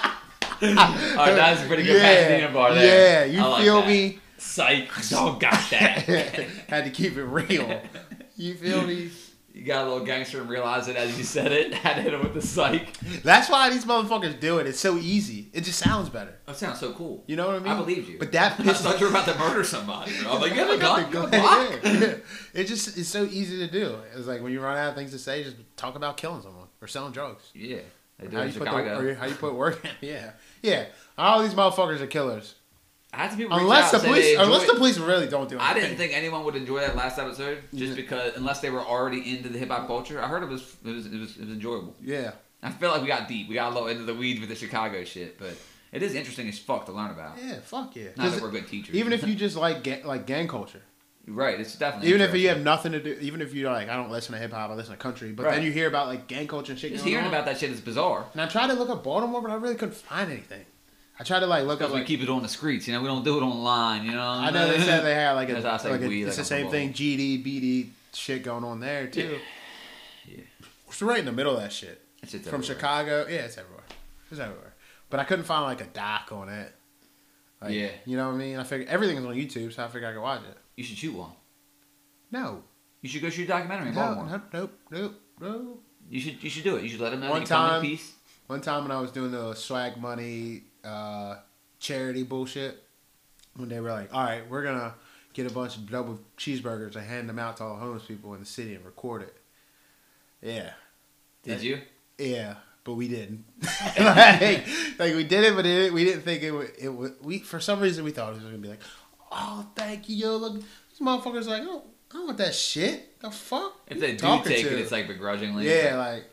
B: bar. All right, that's Oh, a pretty good Pasadena bar there.
A: Yeah, you
B: I like
A: feel
B: that.
A: me?
B: Psych, don't got that.
A: Had to keep it real. You feel me?
B: you got a little gangster and realized it as you said it. Had to hit him with the psych.
A: That's why these motherfuckers do it. It's so easy. It just sounds better.
B: That sounds so cool.
A: You know what I mean?
B: I believed you.
A: But that
B: I
A: pissed
B: thought you were about to murder somebody, bro. I'm like, you have a gun? You have a block?
A: Yeah, yeah. It just it's so easy to do. It's like when you run out of things to say, just talk about killing someone or selling drugs.
B: Yeah, they do
A: How
B: it
A: you,
B: in
A: put the,
B: Chicago.
A: or how you put work? in. yeah, yeah. All these motherfuckers are killers.
B: Had some people reach
A: Unless
B: out
A: the
B: and say they
A: police, unless
B: enjoy
A: the
B: it.
A: police really don't do. Anything.
B: I didn't think anyone would enjoy that last episode, just
A: Yeah.
B: because unless they were already into the hip hop culture. I heard it was it was, it was it was enjoyable.
A: Yeah,
B: I feel like we got deep. We got a little into the weeds with the Chicago shit, but it is interesting as fuck to learn about.
A: yeah. Fuck yeah.
B: Not
A: 'Cause
B: that we're good teachers.
A: Even if you just like ga- like gang culture,
B: right, it's definitely
A: even if you
B: interesting.
A: have nothing to do, even if you like, I don't listen to hip hop, I listen to country, but
B: Right.
A: then you hear about like gang culture and shit.
B: just
A: going
B: hearing
A: on.
B: about that shit is bizarre
A: And I tried to look up Baltimore, but I really couldn't find anything. I tried to like look
B: because
A: up
B: we
A: like,
B: keep it on the streets. You know, we don't do it online. You know,
A: I know they said they had like a,
B: As I say,
A: like a-
B: we,
A: it's the
B: like,
A: same
B: I'm
A: thing GD BD shit going on there too.
B: Yeah.
A: So right in the middle of that shit
B: That shit's
A: from
B: everywhere.
A: Chicago. Yeah, it's everywhere. It's everywhere. But I couldn't find like a doc on it. Like,
B: Yeah.
A: you know what I mean. I figured everything is on YouTube, so I figured I could watch it.
B: You should shoot one.
A: No,
B: You should go shoot a documentary in
A: no,
B: Baltimore.
A: no, nope, nope, nope.
B: You should you should do it. You should let them know
A: One
B: that you found
A: time-
B: a piece.
A: One time when I was doing the swag money uh, charity bullshit, when they were like, "All right, we're gonna get a bunch of double cheeseburgers and hand them out to all the homeless people in the city and record it." Yeah,
B: Did you?
A: yeah, but we didn't. like, like we did it, but it, we didn't think it would. It would. We for some reason we thought it was gonna be like, "Oh, thank you, yo, look, these motherfuckers like, oh, I don't want that shit. The fuck?
B: If
A: you
B: they do
A: talking
B: take
A: to?"
B: it, it's like begrudgingly. it's
A: yeah, like
B: like,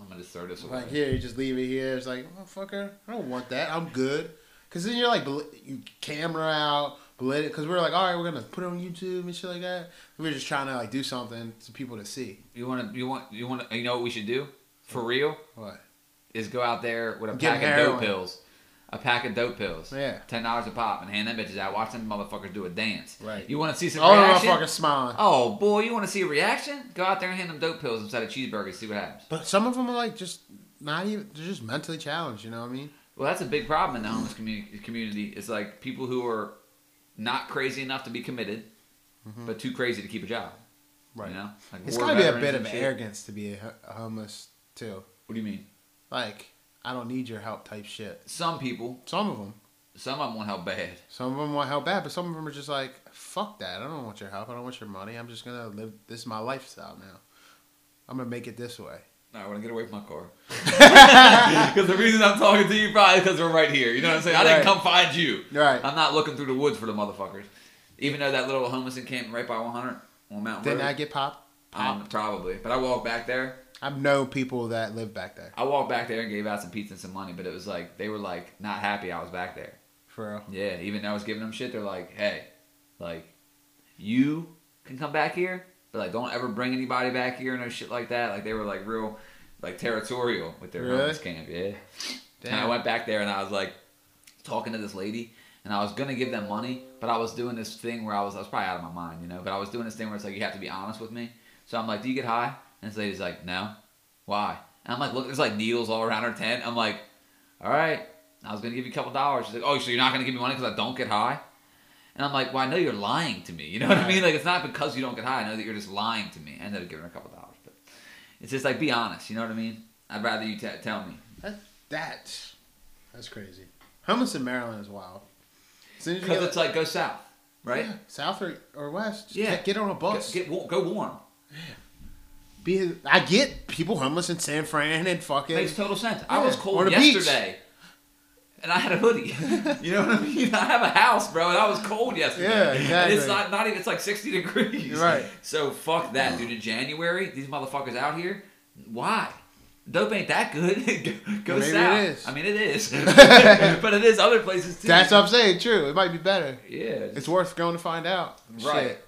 B: I'm gonna just throw this away.
A: like here, you just leave it here. It's like, motherfucker, I don't want that. I'm good. Cause then you're like, beli- you camera out, belit. Cause we we're like, all right, we're gonna put it on YouTube and shit like that. We were just trying to like do something to people to see.
B: You want to you want you want to you know what we should do for real
A: What?
B: is go out there with a
A: Get
B: pack of dope
A: heroin.
B: pills, a pack of dope pills,
A: Yeah.
B: ten dollars a pop, and hand them bitches out. Watch them motherfuckers do a dance.
A: Right. Oh,
B: You want to see some
A: All the
B: reaction?
A: motherfuckers smiling.
B: Oh boy, you want to see a reaction? Go out there and hand them dope pills instead of cheeseburgers. See what happens.
A: But some of them are like just not even. They're just mentally challenged. You know what I mean?
B: Well, that's a big problem in the homeless community. Community It's like people who are not crazy enough to be committed, but too crazy to keep a job. You know, like
A: Mm-hmm. It's
B: war
A: gotta be a
B: veterans
A: bit
B: and
A: of
B: shit.
A: arrogance to be a, ho- a homeless too.
B: What do you mean?
A: Like, I don't need your help type shit.
B: Some people,
A: Some of them.
B: some of them want help bad.
A: Some of them want help bad, but some of them are just like, fuck that. I don't want your help. I don't want your money. I'm just going to live. This is my lifestyle now. I'm going to make it this way.
B: No, I want to get away from my car. Because the reason I'm talking to you probably because we're right here. You know what I'm saying? I didn't
A: Right.
B: come find you.
A: Right.
B: I'm not looking through the woods for the motherfuckers. Even though that little homeless encampment right by 100 on Mountain
A: Didn't
B: Road.
A: I get popped?
B: um, probably. But I walked back there.
A: I've known people that live back there.
B: I walked back there and gave out some pizza and some money, but it was like they were like not happy I was back there.
A: For real.
B: Yeah, even though I was giving them shit, they're like, hey, like, you can come back here, but like, don't ever bring anybody back here, no shit like that. Like, they were like real, like territorial with their
A: Really?
B: homeless camp. Yeah. And I went back there and I was like talking to this lady, and I was gonna give them money, but I was doing this thing where I was I was probably out of my mind, you know. But I was doing this thing where it's like you have to be honest with me. So I'm like, do you get high? And this lady's like, no. Why? And I'm like, look, there's like needles all around her tent. I'm like, all right, I was gonna give you a couple dollars. She's like, oh, so you're not gonna give me money because I don't get high? And I'm like, well, I know you're lying to me. You know what I mean? Like, it's not because you don't get high. I know that you're just lying to me. I ended up giving her a couple dollars, but it's just like be honest. You know what I mean? I'd rather you t- tell me.
A: That's, that's, that's crazy. Homeless in Maryland is wild. As soon as you
B: Because
A: get,
B: it's like go south, right?
A: Yeah, south or, or west. Just
B: Yeah.
A: Get, get on a bus.
B: Get, get wa- go warm.
A: Be, I get people homeless in San Fran and fucking.
B: Makes total sense.
A: Yeah.
B: I was
A: Or
B: cold
A: the beach.
B: yesterday, and I had a hoodie. you know what I mean? I have a house, bro, and I was cold yesterday.
A: Yeah,
B: And it's
A: exactly.
B: not, not even. It's like sixty degrees.
A: You're right.
B: So fuck that, dude. In January, these motherfuckers out here. Why? Dope ain't that good. go
A: Maybe it
B: south.
A: is.
B: I mean, it is, but it is other places too.
A: That's what I'm saying. True. It might be better.
B: Yeah.
A: It's worth going to find out.
B: right.
A: Shit.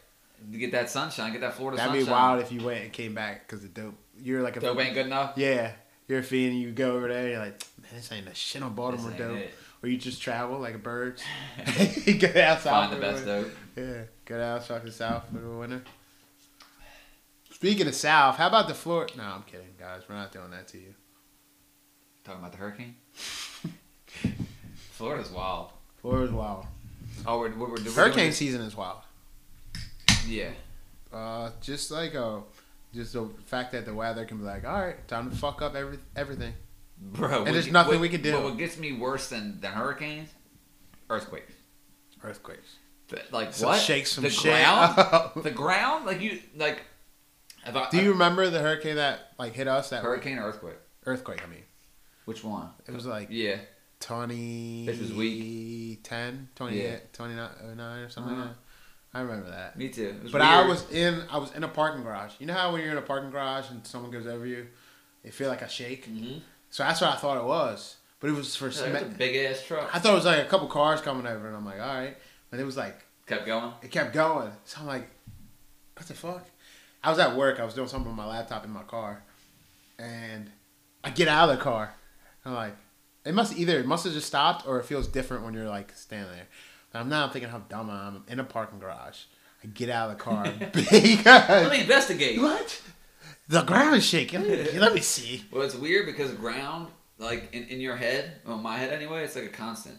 B: To Get that sunshine. Get that Florida
A: That'd
B: sunshine.
A: be wild if you went and came back because the dope. You're like a
B: Dope ain't good enough.
A: Yeah, you're a fiend. and You go over there. You're like, man, this ain't a shit on Baltimore
B: ain't
A: dope.
B: it.
A: Or you just travel like a bird. you go down south.
B: Find the
A: for
B: best
A: winter.
B: dope.
A: Yeah, go down fucking south for the winter. Speaking of south, how about the Florida? No, I'm kidding, guys. We're not doing that to you.
B: Talking about the hurricane. Florida's wild.
A: Florida's wild.
B: Oh, we're, we're, we're doing
A: Hurricane season is wild.
B: this- Yeah,
A: Uh, just like a, just the fact that the weather can be like, all right, time to fuck up every everything.
B: bro. what
A: there's
B: get-
A: nothing
B: what-
A: we can do.
B: But what gets me worse than than hurricanes, earthquakes.
A: Earthquakes.
B: Th- Like
A: So
B: what?
A: shake some
B: the
A: shit
B: ground.
A: up.
B: the ground. Like you. Like. If I,
A: Do you remember the hurricane that like hit us? That
B: hurricane or earthquake?
A: earthquake. I mean,
B: Which one?
A: it was like
B: Yeah.
A: 20
B: This was
A: week 10 20,
B: Yeah.
A: 29 or something
B: Uh-huh.
A: like that i remember that
B: Me too. It was
A: but i
B: weird.
A: was in i was in a parking garage you know how when you're in a parking garage and someone goes over you you feel like a shake
B: Mhm.
A: so that's what i thought it was but it was for
B: Yeah, that's a
A: cement.
B: big ass truck.
A: i thought it was like a couple cars coming over and i'm like all right but it was like
B: Kept going.
A: it kept going so i'm like what the fuck i was at work i was doing something on my laptop in my car and i get out of the car I'm like, it must either it must have just stopped or it feels different when you're like standing there. And I'm now I'm thinking how dumb I am. I'm in a parking garage. I get out of the car
B: Let
A: because
B: me investigate.
A: what? The ground is shaking. Let me, let me see.
B: Well, it's weird because ground, like in, in your head, well, my head anyway, it's like a constant.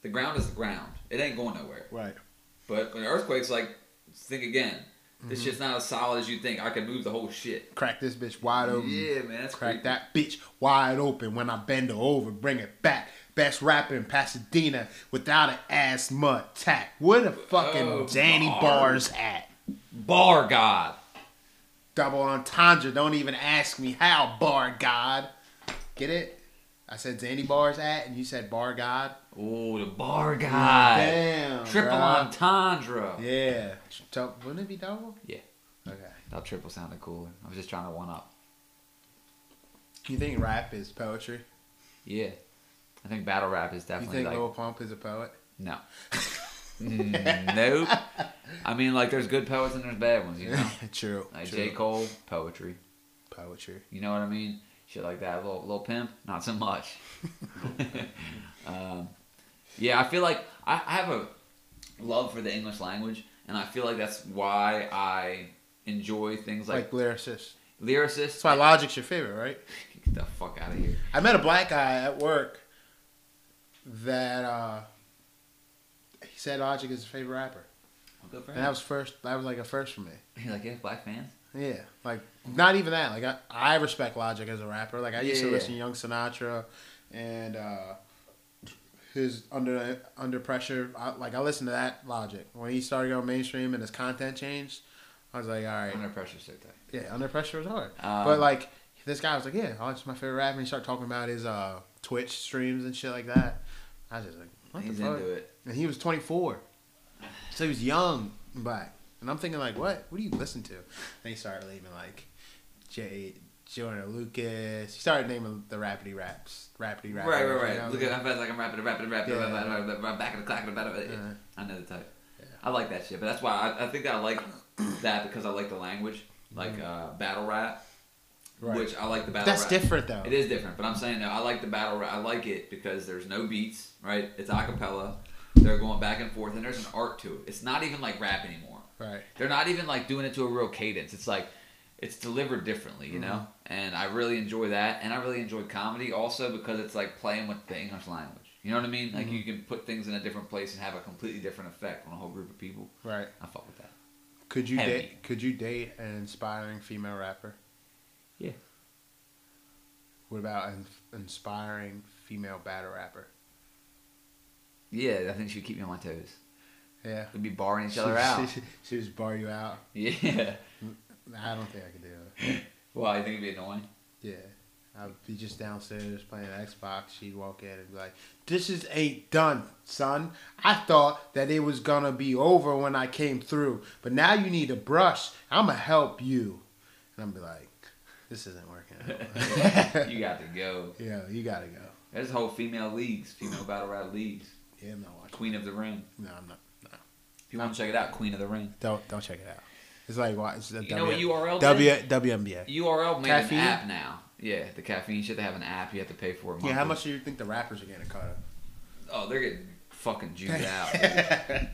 B: The ground is the ground. It ain't going nowhere.
A: Right.
B: But when an earthquake's like, think again. This
A: Mm-hmm.
B: shit's not as solid as you think. I could move the whole shit.
A: Crack this bitch wide open.
B: Yeah, man, that's
A: Crack
B: creepy.
A: that bitch wide open when I bend her over, bring it back. Best rapper in Pasadena without an asthma attack. Where the fucking
B: Oh,
A: Danny
B: Lord.
A: Bars at?
B: Bar God.
A: Double entendre. Don't even ask me how, bar god. Get it? I said Zandy Bars at, and you said bar god.
B: Oh, the bar God.
A: Damn.
B: triple
A: bruh.
B: entendre. Yeah.
A: Yeah. So, wouldn't it be double?
B: Yeah.
A: Okay.
B: That triple sounded cooler. I was just trying to one up.
A: You think rap is poetry?
B: Yeah. I think battle rap is
A: You
B: definitely
A: think
B: like
A: Lil Pump is a poet?
B: no. Mm, nope. I mean, like there's good poets and there's bad ones. You know,
A: true.
B: like
A: true.
B: J Cole, poetry.
A: Poetry.
B: You know what I mean? Shit like that. Little little pimp, not so much. um, yeah, I feel like I, I have a love for the English language, and I feel like that's why I enjoy things
A: Like,
B: like,
A: lyricists.
B: lyricists.
A: That's why Logic's your favorite, right?
B: Get the fuck out of here.
A: I met a black guy at work that uh, he said Logic is his favorite rapper.
B: Well, good for
A: And that
B: him.
A: was first. That was like a first for me.
B: He's like, yeah, black fans.
A: Yeah, like not even that. Like I, I respect Logic as a rapper. Like I used to
B: Yeah.
A: listen to Young Sinatra, and uh, his under under pressure. I, like I listened to that Logic when he started going mainstream and his content changed. I was like, all right,
B: Under pressure, so tight.
A: yeah, under pressure was hard.
B: Um,
A: but like this guy was like, yeah, Logic's my favorite rapper. And he started talking about his uh, Twitch streams and shit like that. I was just like, what
B: He's
A: the fuck?
B: into it.
A: And he was 24, so he was young and black. And I'm thinking like, what? What do you listen to? And he started leaving like J Jordan Lucas. He started naming the rapidy raps, rapidy raps.
B: Right, right, right. Look at I felt like I'm rapping, rapping, rapping,
A: Yeah.
B: rapping, rapping, rapping, back in the clock, rapping, rapping.
A: Uh-huh.
B: I know the type. I like that shit, but that's why I, I think I like that because I like the language,
A: Mm.
B: like uh, battle rap,
A: Right.
B: which I like the battle.
A: That's
B: rap.
A: different though.
B: It is different, but I'm saying though I like the battle rap. I like it because there's no beats, right? It's a cappella. They're going back and forth, and there's an art to it. It's not even like rap anymore.
A: Right.
B: They're not even like doing it to a real cadence. It's like it's delivered differently, you
A: Mm-hmm.
B: know. And I really enjoy that, and I really enjoy comedy also because it's like playing with the English language. You know what I mean?
A: Mm-hmm.
B: Like you can put things in a different place and have a completely different effect on a whole group of people.
A: Right.
B: I fuck with that.
A: Could you
B: Heavy.
A: date? Could you date an inspiring female rapper?
B: Yeah.
A: What about an inspiring female battle rapper?
B: Yeah, I think she would keep me on my toes.
A: Yeah.
B: We'd be barring each other out.
A: She, she just bar you out.
B: Yeah.
A: I don't think I could do it.
B: Why? You think it'd be annoying?
A: Yeah. I'd be just downstairs playing Xbox. She'd walk in and be like, "This is ain't done, son. I thought that it was gonna be over when I came through, but now you need a brush. I'ma help you." And I'm be like, "This isn't working." out."
B: you got to go.
A: yeah, you gotta go.
B: There's whole female leagues, female battle rap leagues.
A: Yeah, I'm not watching.
B: Queen of the Ring.
A: No, I'm not. No.
B: If you want to check it out, Queen of the Ring.
A: Don't don't check it out. It's like why it's a
B: You know what URL
A: W WNBA.
B: URL made
A: Caffeine?
B: an app now. Yeah, the caffeine shit. They have an app. You have to pay for it.
A: Yeah, how
B: monthly.
A: much do you think the rappers are getting cut up?
B: Oh, they're getting fucking juiced out. dude.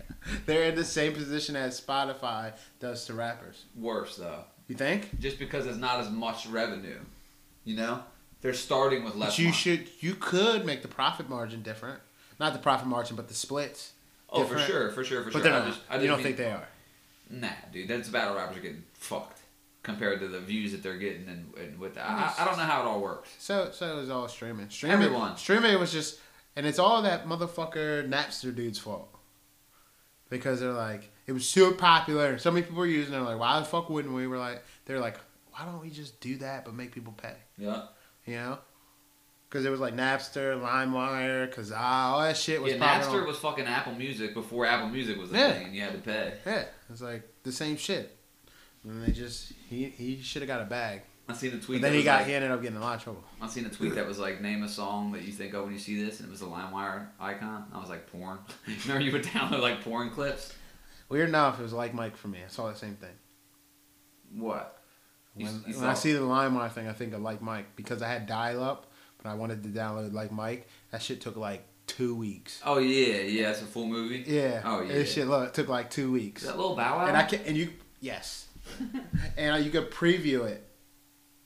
A: They're in the same position as Spotify does to rappers.
B: Worse though,
A: You think?
B: just because it's not as much revenue. You know, they're starting with less.
A: But you
B: money.
A: should you could make the profit margin different. Not the profit margin, but the splits.
B: Oh,
A: different.
B: for sure, for sure,
A: But
B: for sure.
A: they're not.
B: I just, I
A: you don't
B: mean-
A: think they are.
B: Nah, dude, that's battle rappers are getting fucked compared to the views that they're getting and, and with. I, I I don't know how it all works.
A: So so it was all streaming. Streaming
B: Everyone.
A: Streaming was just and it's all that motherfucker Napster dude's fault. Because they're like it was so popular. So many people were using it. Like, why the fuck wouldn't we? We're like, they're like, why don't we just do that but make people pay?
B: Yeah.
A: You know? Because it was like Napster, LimeWire, Kazaa, all that shit was
B: yeah,
A: popular.
B: Napster was fucking Apple Music before Apple Music was a
A: Yeah.
B: thing, and you had to pay.
A: yeah, it's like the same shit. And they just he he should have got a bag.
B: I seen a tweet.
A: But then
B: that
A: he
B: was
A: got
B: like-
A: he ended up getting in a lot of trouble.
B: I seen a tweet that was like, name a song that you think of when you see this, and it was the LimeWire icon. I was like, porn. Remember you would download like porn clips.
A: Weird enough, it was like Mike for me. I saw the same thing.
B: What? You-
A: When,
B: you
A: when I
B: saw-
A: see the LimeWire thing, I think of Like Mike because I had dial up, but I wanted to download Like Mike. That shit took like two weeks.
B: Oh yeah, yeah. It's a full movie.
A: Yeah.
B: Oh yeah.
A: This shit look, took like two weeks.
B: Is that little Bow Wow?
A: And I can and you yes, and uh, you could preview it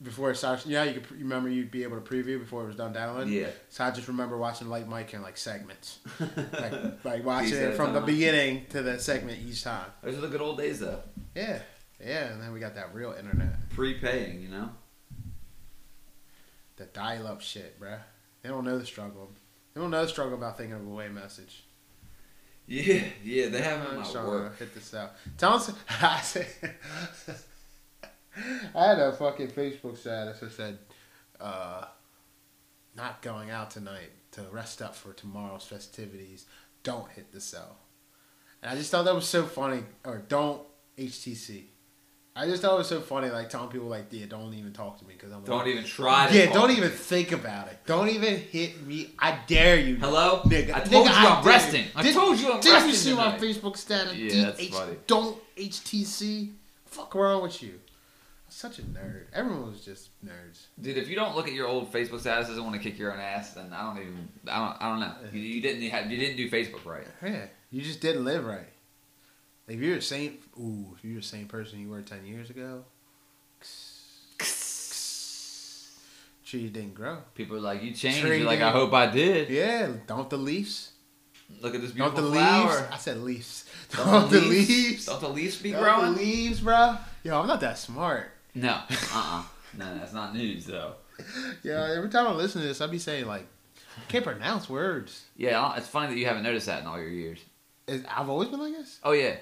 A: before it starts. Yeah, you could pre- remember you'd be able to preview before it was done downloading.
B: Yeah.
A: So I just remember watching Like Mike in like segments, like like
B: Piece
A: watching
B: at
A: it
B: a
A: from the
B: time.
A: beginning to the segment each time.
B: Those are the good old days though.
A: Yeah, yeah, and then we got that real internet,
B: Prepaying, you know.
A: the dial-up shit, bruh. They don't know the struggle. They don't know the struggle about thinking of a way message.
B: Yeah, yeah. They have
A: I'm
B: them
A: just
B: at
A: trying
B: work.
A: to hit this out. Thompson, I said, I had a fucking Facebook status that said, uh, "Not going out tonight to rest up for tomorrow's festivities. Don't hit the cell." And I just thought that was so funny. Or don't HTC. I just thought it was so funny, like telling people, like, "Yeah, don't even talk to me because I'm
B: Don't even try. To
A: yeah,
B: talk
A: don't
B: to
A: even
B: me.
A: think about it. Don't even hit me. I dare you.
B: Hello,
A: Nigga,
B: I told
A: nigga,
B: you I'm
A: did.
B: resting. I
A: Did-
B: told you I'm
A: Did
B: resting
A: you see
B: tonight.
A: my Facebook status?
B: Yeah, that's
A: DH
B: funny.
A: Don't HTC. Fuck wrong with you? I'm such a nerd. Everyone was just nerds.
B: Dude, if you don't look at your old Facebook statuses and want to kick your own ass, then I don't even. I don't. I don't know. You, you didn't. You, had, you didn't do Facebook right.
A: Yeah, you just didn't live right. Like, if you're the same, ooh, if you're the same person you were ten years ago, sure you didn't grow.
B: People are like, you changed.
A: Tree
B: You're like,
A: down.
B: I hope I did.
A: Yeah, don't the Leafs.
B: Look at this
A: Don't
B: beautiful
A: the
B: flower.
A: Leafs. I said Leafs. Don't the Leafs.
B: Don't the leaves be
A: Don't
B: growing?
A: the Leafs, bro. Yo, I'm not that smart.
B: No. Uh. uh No, that's not news though.
A: Yeah, every time I listen to this, I be saying like, I can't pronounce words.
B: Yeah, I don't- it's funny that you haven't noticed that in all your years.
A: Is- I've always been like this.
B: Oh yeah.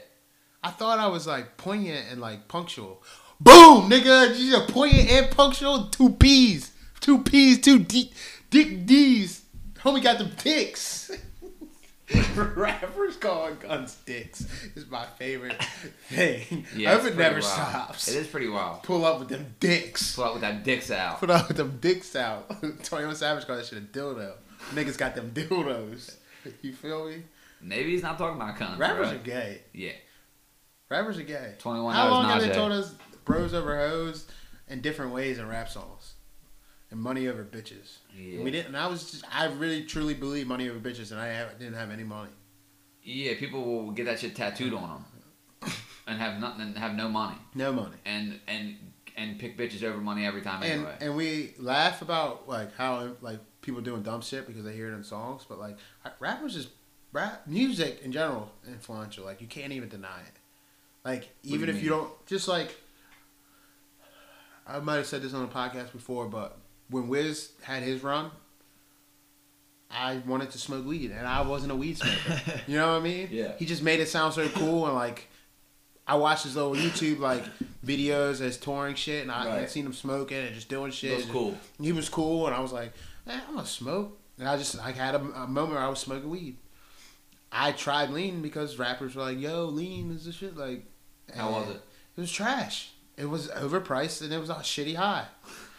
A: I thought I was like poignant and like punctual. Boom, nigga, you just poignant and punctual. Two P's, two P's, two D, dick D's. Homie got the dicks. Rappers calling guns dicks is my favorite thing.
B: Yeah,
A: I
B: it's
A: hope it
B: pretty
A: never
B: wild.
A: stops.
B: It is pretty wild.
A: Pull up with them dicks.
B: Pull out with that dick's out.
A: Put out with them dicks out. 21 Savage called that shit a dildo. Niggas got them dildos. You feel me?
B: Maybe he's not talking about guns.
A: Rappers
B: bro.
A: are gay.
B: Yeah.
A: Rappers are gay.
B: 21
A: How
B: hours
A: long have
B: Najee.
A: they told us bros over hoes in different ways in rap songs? And money over bitches.
B: Yeah.
A: And we didn't. And I was just, I really truly believe money over bitches, and I ha- didn't have any money.
B: Yeah, people will get that shit tattooed on them, and have nothing, and have no money,
A: No money.
B: and and and pick bitches over money every time
A: And
B: anyway.
A: and we laugh about like how like people doing dumb shit because they hear it in songs, but like rappers just rap music in general influential. Like you can't even deny it. Like
B: do
A: even
B: you
A: if you
B: mean?
A: don't, just like I might have said this on the podcast before, but when Wiz had his run, I wanted to smoke weed, and I wasn't a weed smoker. you know what I mean?
B: Yeah.
A: He just made it sound so cool, and like I watched his little YouTube like videos as touring shit, and I
B: Right.
A: seen him smoking and just doing shit.
B: It was cool.
A: He was cool, and I was like, eh, I'm gonna smoke. And I just I had a, a moment where I was smoking weed. I tried lean because rappers were like, "Yo, lean is the shit." Like,
B: How was
A: and
B: it?
A: It was trash. It was overpriced and it was a shitty high.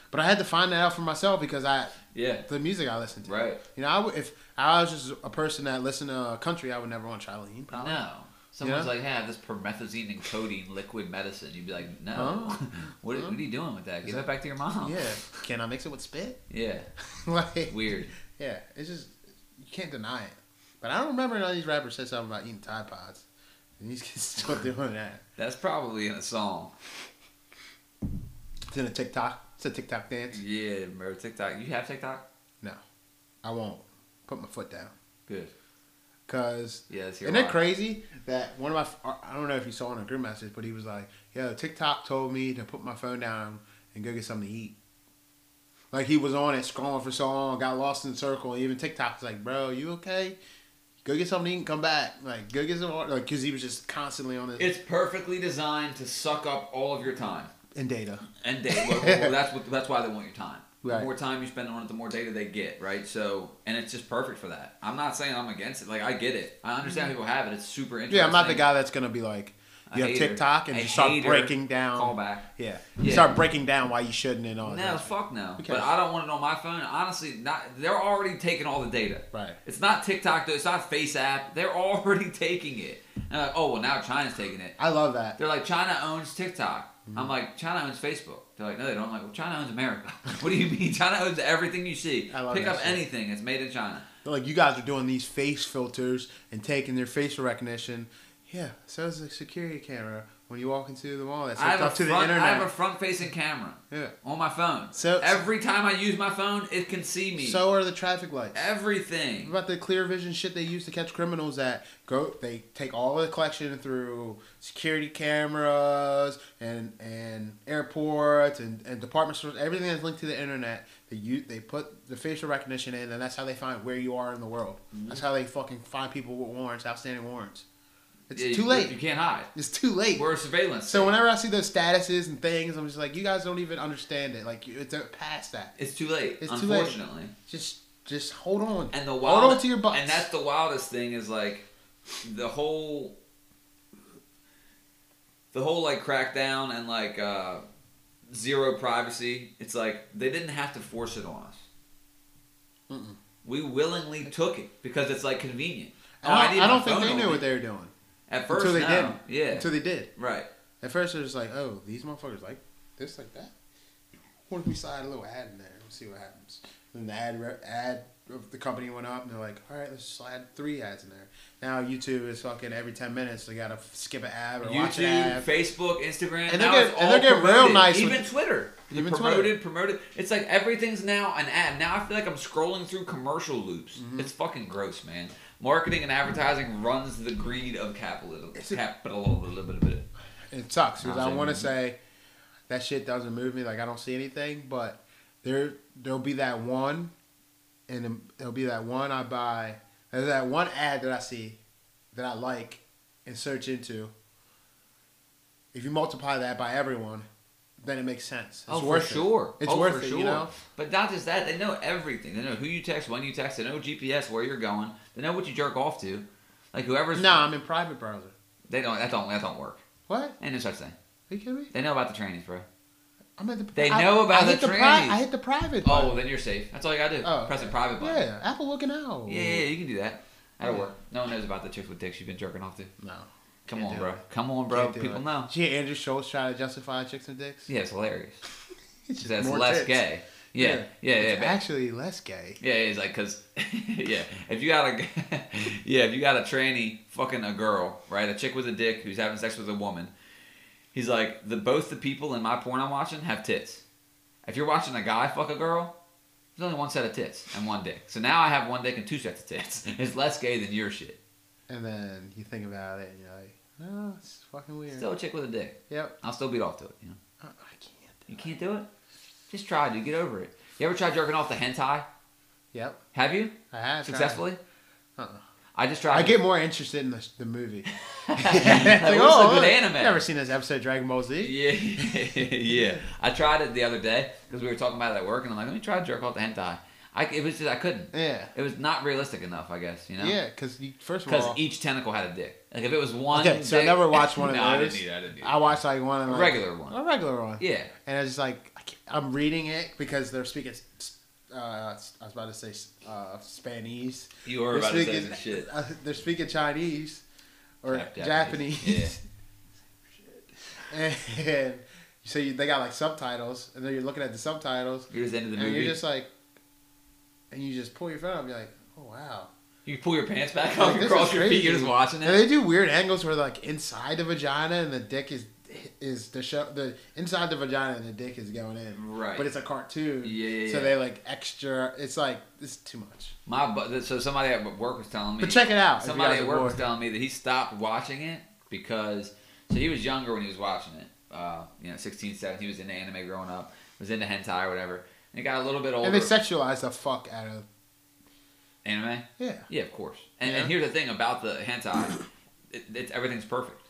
A: But I had to find that out for myself because I
B: yeah,
A: the music I listened to.
B: right.
A: You know, I would, if I was just a person that listened to country, I would never want to try lean. probably.
B: No, someone's
A: Yeah.
B: like, "Hey, I have this promethazine and codeine liquid medicine." You'd be like, "No,
A: Huh?
B: what,
A: Huh?
B: what are you doing with that? Give
A: Is
B: that,
A: that-
B: back to your mom."
A: Yeah. Can I mix it with spit?
B: yeah.
A: like
B: Weird.
A: Yeah, it's just you can't deny it. But I don't remember none of these rappers said something about eating Tide Pods. And these kids still doing that.
B: That's probably in a song.
A: It's in a TikTok. It's a TikTok dance.
B: Yeah, remember TikTok? You have TikTok?
A: No, I won't put my foot down.
B: Good.
A: Cause
B: Yeah, it's your
A: isn't it crazy that one of my f- I don't know if you saw in a group message, but he was like, "Yo, TikTok told me to put my phone down and go get something to eat." Like he was on it scrolling for so long, got lost in the circle. Even TikTok's like, "Bro, you okay? Go get something to eat and come back. Like, go get some water." Like, cause he was just constantly on this.
B: It's perfectly designed to suck up all of your time
A: and data.
B: and data. Well, well, that's what, that's why they want your time.
A: Right.
B: The more time you spend on it, the more data they get, right? So, and it's just perfect for that. I'm not saying I'm against it. Like I get it. I understand people have it. It's super interesting.
A: Mm-hmm. Yeah, I'm not the guy that's gonna be like,
B: A
A: you have
B: hater.
A: TikTok and
B: A
A: just start
B: hater.
A: breaking down.
B: Call back.
A: Yeah, you
B: Yeah.
A: start breaking down why you shouldn't and all
B: No,
A: that.
B: fuck no.
A: Who cares?
B: But I don't want it on my phone. Honestly, not. They're already taking all the data.
A: Right.
B: It's not TikTok. though. It's not Face App. They're already taking it. And like, oh well, now China's taking it.
A: I love that.
B: They're like, China owns TikTok.
A: Mm-hmm.
B: I'm like, China owns Facebook. They're like, no, they don't. I'm like, well, China owns America. what do you mean? China owns everything you see.
A: I love
B: Pick
A: that
B: up
A: shit.
B: anything. It's made in China.
A: They're like you guys are doing these face filters and taking their facial recognition. Yeah, so is a security camera when you walk into the mall that's
B: I
A: hooked
B: have, a
A: up to
B: front,
A: the internet.
B: I have a front-facing camera
A: yeah.
B: on my phone.
A: So-
B: every time I use my phone, it can see me.
A: So are the traffic lights. What
B: everything.
A: about the clear vision shit they use to catch criminals that go they take all the collection through security cameras and and airports and, and department stores everything that's linked to the internet they you they put the facial recognition in and that's how they find where you are in the world
B: Mm-hmm.
A: that's how they fucking find people with warrants outstanding warrants it's
B: Yeah,
A: too
B: you-
A: late
B: You can't hide.
A: it's too late
B: We're a surveillance.
A: so
B: state.
A: whenever I see those statuses and things I'm just like you guys don't even understand it like you- it's uh, past that
B: It's too late.
A: It's too late.
B: unfortunately.
A: just just hold on
B: And the
A: hold
B: wild,
A: on to your butts
B: And that's the wildest thing is like the whole the whole like crackdown and like uh zero privacy. It's like they didn't have to force it on us.
A: Mm-mm.
B: We willingly took it because it's like convenient.
A: I don't,
B: need
A: I
B: my
A: don't think
B: phone
A: they
B: on
A: knew
B: me.
A: what they were doing
B: at first.
A: until they
B: no.
A: did.
B: Yeah.
A: Until they did.
B: right.
A: At first, they're just like, "Oh, these motherfuckers like this, like that." What if we slide a little ad in there and see what happens? Then the ad re- ad of the company went up, and they're like, "All right, let's slide three ads in there." Now YouTube is fucking every ten minutes they gotta skip an ad or watch an
B: YouTube,
A: ad.
B: Facebook, Instagram,
A: And they're
B: now
A: getting-
B: it's
A: and
B: all
A: they're getting real
B: promoted.
A: nice
B: Even
A: with-
B: Twitter, The
A: Even Twitter.
B: promoted, promoted. It's like everything's now an ad. Now I feel like I'm scrolling through commercial loops.
A: Mm-hmm.
B: It's fucking gross, man. Marketing and advertising runs the greed of capitalism.
A: It's a-
B: Capital a little bit, bit.
A: It sucks because I
B: Nothing.
A: want to say that shit doesn't move me. Like I don't see anything, but there there'll be that one, and then there'll be that one I buy. There's that one ad that I see that I like and search into. If you multiply that by everyone, then it makes sense. It's
B: oh,
A: worth
B: for
A: it.
B: sure.
A: It's
B: oh,
A: worth
B: for
A: it,
B: sure.
A: you know?
B: But not just that, they know everything. They know who you text, when you text. They know GPS, where you're going. They know what you jerk off to. Like whoever's.
A: No, I'm in private browser.
B: They don't. That don't. That don't work.
A: What?
B: Ain't no such thing.
A: Are you kidding me?
B: They know about the trainings, bro.
A: I'm at the.
B: They
A: I-
B: know about
A: I hit
B: the
A: pri-
B: trannies.
A: I hit the private.
B: Oh,
A: button.
B: well, then you're safe. That's all you gotta do.
A: Oh,
B: Press the private button.
A: yeah, Apple looking out.
B: Yeah, yeah, you can do that. That'll
A: Yeah.
B: work. No one knows about the chicks with dicks you've been jerking off to.
A: No,
B: Come
A: Can't
B: on,
A: do
B: bro.
A: it.
B: Come on, bro.
A: Can't do
B: People
A: it.
B: know.
A: Did you hear Andrew Schultz try to justify chicks and dicks?
B: Yeah, it's hilarious.
A: It's just
B: That's
A: more
B: less
A: tits.
B: gay. Yeah, yeah, yeah.
A: It's
B: ba-
A: actually less gay.
B: yeah, it's like because yeah, if you got a yeah, if you got a tranny fucking a girl, right, a chick with a dick who's having sex with a woman, he's like the both the people in my porn I'm watching have tits. If you're watching a guy fuck a girl, there's only one set of tits and one dick. So now I have one dick and two sets of tits. It's less gay than your shit.
A: And then you think about it, and you're like, no, it's fucking weird.
B: Still a chick with a dick.
A: yep.
B: I'll still beat off to it. You know,
A: Uh, I can't.
B: you can't do it. Just try to get over it. You ever tried jerking off the hentai?
A: Yep.
B: Have you
A: I have tried.
B: successfully?
A: Uh-uh.
B: I just tried.
A: I get more interested in the, the movie.
B: like,
A: Like,
B: what's
A: oh,
B: a good
A: look,
B: anime?
A: Never seen this episode of Dragon Ball Z.
B: Yeah, yeah. I tried it the other day because we were talking about it at work, and I'm like, let me try to jerk off the hentai. I it was just I couldn't.
A: Yeah.
B: It was not realistic enough, I guess. You know.
A: Yeah, because first of
B: Because E.
A: all,
B: each tentacle had a dick. Like if it was one.
A: okay, so I
B: dick-
A: never watched one of
B: no, I
A: those.
B: didn't either. I didn't either.
A: I Oh. watched like one of
B: A
A: like,
B: regular one.
A: a regular one.
B: yeah.
A: and I was just like, I can't- I'm reading it because they're speaking. Uh, I was about to say uh, Spanish.
B: You were about to say some shit.
A: uh, they're speaking Chinese or
B: Jap- Japanese.
A: Japanese. and so you, they got like subtitles, and then you're looking at the subtitles,
B: You're just into the
A: and
B: movie.
A: you're just like, and you just pull your phone up, and you're like, oh wow.
B: you pull your pants back
A: Like,
B: up, you
A: this
B: cross
A: is
B: your feet, you're
A: crazy.
B: just watching
A: And
B: it.
A: they do weird angles where like inside the vagina and the dick is is the show the inside the vagina and the dick is going in.
B: Right.
A: But it's a cartoon.
B: Yeah, yeah,
A: So
B: yeah.
A: they like extra. It's like this is too much.
B: My bu- so somebody at work was telling me.
A: But check it out. if you
B: Somebody
A: guys
B: at
A: are
B: work was
A: bored.
B: telling me that he stopped watching it because so he was younger when he was watching it. Uh, you know, 16, 17, he was into anime growing up, was into hentai or whatever. And he got a little bit older.
A: And they sexualize the fuck out of
B: anime?
A: yeah.
B: Yeah, of course. And, and
A: Yeah.
B: here's the thing about the hentai, it, it's everything's perfect.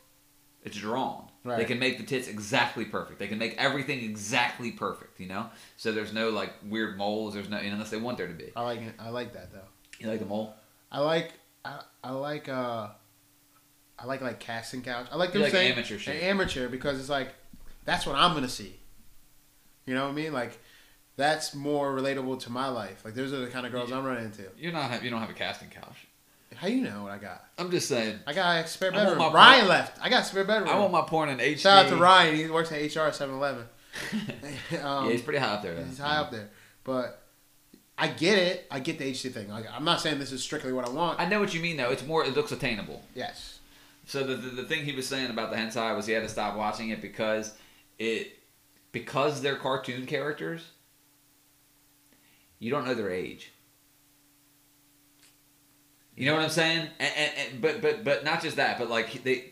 B: It's drawn. They
A: Right.
B: can make the tits exactly perfect. They can make everything exactly perfect. You know, so there's no like weird moles. There's no you know, unless they want there to be.
A: I like it. I like that though.
B: You like the mole?
A: I like I, I like uh I like like casting couch. I like
B: You
A: them
B: like
A: saying
B: amateur
A: an
B: shit.
A: amateur because it's like that's what I'm gonna see. You know what I mean? Like that's more relatable to my life. Like those are the kind of girls I'm running into.
B: You're not. You don't have a casting couch.
A: How you know what I got?
B: I'm just saying.
A: I got a spare
B: I want
A: bedroom.
B: my
A: Ryan
B: pro-
A: left. I got a spare bedroom.
B: I want my porn in HD.
A: Shout out to Ryan. He works at HR at 7-Eleven. um,
B: yeah, he's pretty high up there. though.
A: He's high up there, but I get it. I get the HD thing. Like, I'm not saying this is strictly what I want.
B: I know what you mean though. It's more. It looks attainable.
A: yes,
B: So the, the the thing he was saying about the hentai was he had to stop watching it because it because they're cartoon characters. You don't know their age. You know what I'm saying? And, and, and but but but not just that, but like they,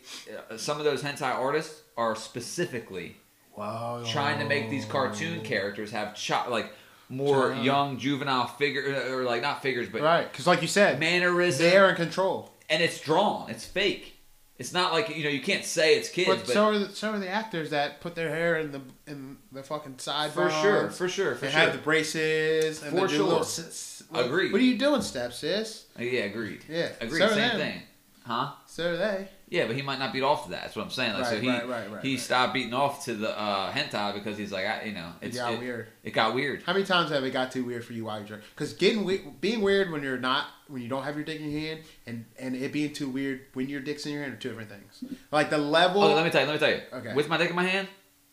B: uh, some of those hentai artists are specifically
A: wow.
B: trying to make these
A: Oh.
B: cartoon characters have chi- like more
A: Child.
B: young juvenile figure uh, or like not figures but
A: right because, like you said,
B: mannerism
A: they are in control.
B: and it's drawn it's fake it's not like you know you can't say it's kids
A: But
B: but,
A: so are the, so are the actors that put their hair in the in the fucking side
B: for sure for sure for
A: They
B: sure
A: have the braces and they
B: For
A: do
B: sure.
A: little s- s-
B: Agreed.
A: What are you doing, step sis?
B: Uh, yeah agreed
A: Yeah,
B: agreed
A: so are
B: same
A: them.
B: thing huh
A: So are they.
B: yeah but he might not beat off to that that's what i'm saying like so
A: Right,
B: he
A: right, right, right,
B: he
A: right.
B: stopped beating off to the uh hentai because he's like I, you know it's,
A: It got
B: it,
A: weird.
B: it got weird
A: How many times have it got too weird for you while you're drinking? Because getting we- being weird when you're not when you don't have your dick in your hand, and and it being too weird when your dick's in your hand are two different things. Like the level.
B: Oh, let me tell you. Let me tell you.
A: Okay.
B: With my dick in my hand,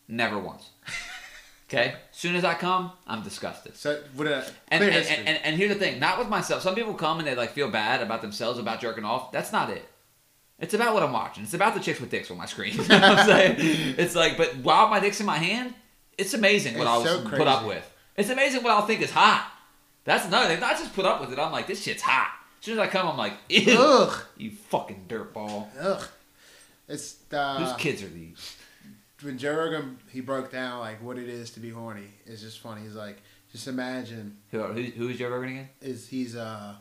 B: never once. Okay. Soon as I come, I'm disgusted.
A: so what a
B: And,
A: clear
B: and,
A: history.
B: and, and, and here's the thing. Not with myself. Some people come and they like feel bad about themselves about jerking off. That's not it. It's about what I'm watching. It's about the chicks with dicks on my screen. you know what I'm saying? It's like, but while my dick's in my hand, it's amazing what
A: It's
B: I was
A: so
B: put up
A: crazy.
B: with. It's amazing what I'll think is hot. That's another thing. Not just put up with it. I'm like, this shit's hot. As soon as I come, I'm like, ew,
A: Ugh.
B: you fucking dirtball.
A: ugh. It's
B: Whose
A: uh,
B: kids are these?
A: when Joe Rogan he broke down like what it is to be horny. It's just funny. He's like, just imagine
B: Who, who, who is Joe Rogan again?
A: is he's uh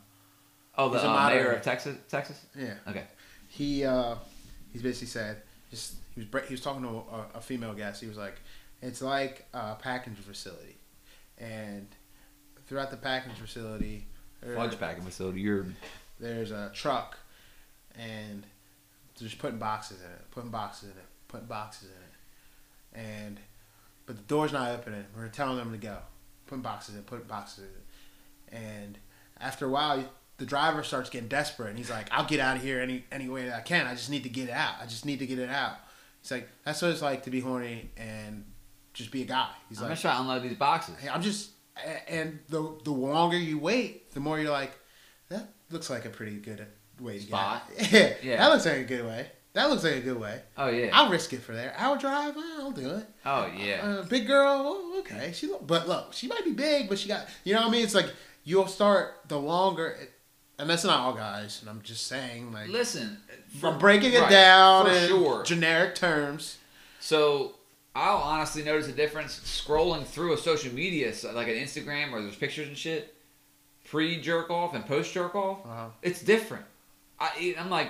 B: Oh, the
A: He's a
B: uh, mayor
A: moderator.
B: of Texas. Texas.
A: yeah uh,
B: Okay.
A: he uh he's basically said just he was bra- he was talking to a, a female guest. He was like, It's like a package facility, and throughout the package facility, there-
B: Fudge packing facility. You're
A: there's a truck, and they're just putting boxes in it, putting boxes in it, putting boxes in it, and but the door's not opening. We're telling them to go, putting boxes in, putting boxes in, and after a while, the driver starts getting desperate, and he's like, "I'll get out of here any any way that I can. I just need to get it out. I just need to get it out." He's like, "That's what it's like to be horny and just be a guy." He's
B: I'm
A: like,
B: just trying to unload these boxes.
A: Hey, I'm just, a- and the the longer you wait, the more you're like, that looks like a pretty good way to
B: Spot.
A: get out. yeah,
B: Yeah.
A: that looks like a good way. That looks like a good way.
B: Oh yeah.
A: I'll risk it for there. Hour drive, eh, I'll do it.
B: Oh yeah.
A: Uh, big girl, oh, okay. She look, but look, she might be big, but she got, you know what I mean? It's like you'll start the longer, it, and that's not all guys. And I'm just saying, like,
B: Listen,
A: I'm Uh, breaking it
B: right,
A: down
B: for
A: in
B: sure.
A: generic terms.
B: So I'll honestly notice a difference scrolling through a social media, so like an Instagram where there's pictures and shit, pre jerk off and post jerk off.
A: Uh-huh.
B: It's different. I, I'm like,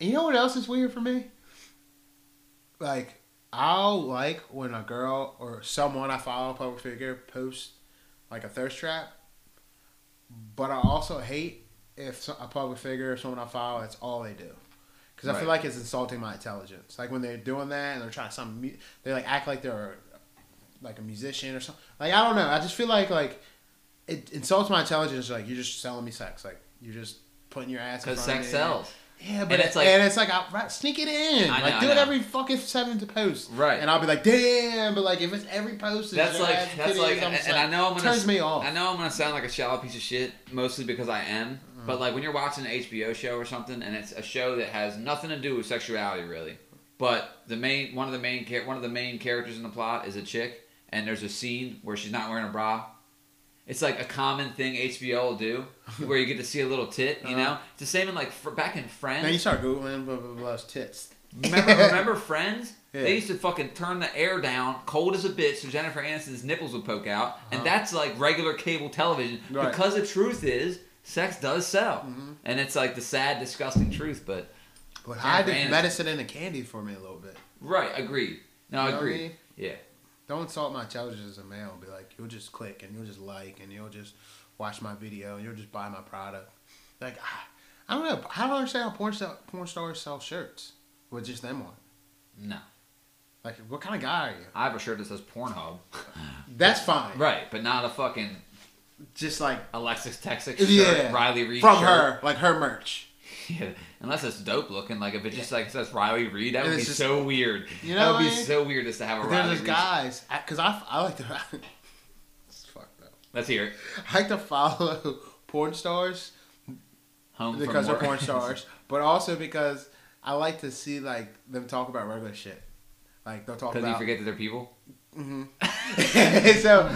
A: And you know what else is weird for me? Like, I'll like when a girl or someone I follow, public figure, posts like a thirst trap, but I also hate if so- a public figure or someone I follow, that's all they do. Because I feel
B: Right.
A: like it's insulting my intelligence. Like when they're doing that and they're trying to some, mu- they like act like they're like a musician or something. Like I don't know. I just feel like like it insults my intelligence. Like you're just selling me sex. Like you're just putting your ass. in
B: because
A: front of
B: sex
A: me.
B: sells.
A: Yeah, but
B: And
A: it's
B: it's
A: like
B: like-
A: and it's like I'll right, sneak it in,
B: I know,
A: like
B: I
A: do it
B: know.
A: every fucking seven to post,
B: Right.
A: And I'll be like, damn, but like if it's every post, is
B: That's
A: your
B: like
A: ass and
B: that's
A: titties,
B: like,
A: I'm
B: and,
A: just
B: and I know I'm gonna
A: turns me off.
B: I know I'm gonna sound like a shallow piece of shit, mostly because I am. But like when you're watching an HBO show or something, and it's a show that has nothing to do with sexuality really, but the main one of the main char- one of the main characters in the plot is a chick, and there's a scene where she's not wearing a bra. It's like a common thing HBO will do, where you get to see a little tit. You know, it's the same in like fr- back in Friends.
A: Uh-huh. Now you start googling blah blah blah tits.
B: Remember, remember Friends?
A: Yeah.
B: They used to fucking turn the air down, cold as a bitch, so Jennifer Aniston's nipples would poke out, and that's like regular cable television.
A: Uh-huh. Right. Mm-hmm.
B: Because the truth is, sex does sell, and it's like the sad, disgusting truth. But
A: But hide the
B: Jennifer Aniston.
A: medicine and the candy for me a little bit.
B: right, agreed.
A: You know
B: No,
A: what I
B: agreed.
A: mean?
B: Yeah,
A: Don't insult my intelligence as a male. Be like, you'll just click and you'll just like and you'll just watch my video and you'll just buy my product. Like, ah, I don't know. I don't understand how porn star, porn stars sell shirts with just them on.
B: no.
A: Like, what kind of guy are you?
B: I have a shirt that says Pornhub.
A: That's fine.
B: right, but not a fucking
A: Just like
B: Alexis Texas shirt,
A: Yeah.
B: Riley Reid
A: from
B: shirt.
A: her, like her merch.
B: Yeah, unless it's dope looking. Like if it just like says Riley Reid, that
A: And
B: would be
A: it's just-
B: so weird.
A: You know
B: that would be
A: what I mean?
B: so weird just to have a
A: But
B: Riley
A: there's
B: Reid.
A: this guys, because I, I like to, it's fucked up.
B: Let's hear it.
A: I like to follow porn stars
B: Home from
A: because they're
B: work.
A: porn stars, but also because I like to see like them talk about regular shit. Like they'll talk
B: Because you
A: about
B: forget that they're people.
A: so,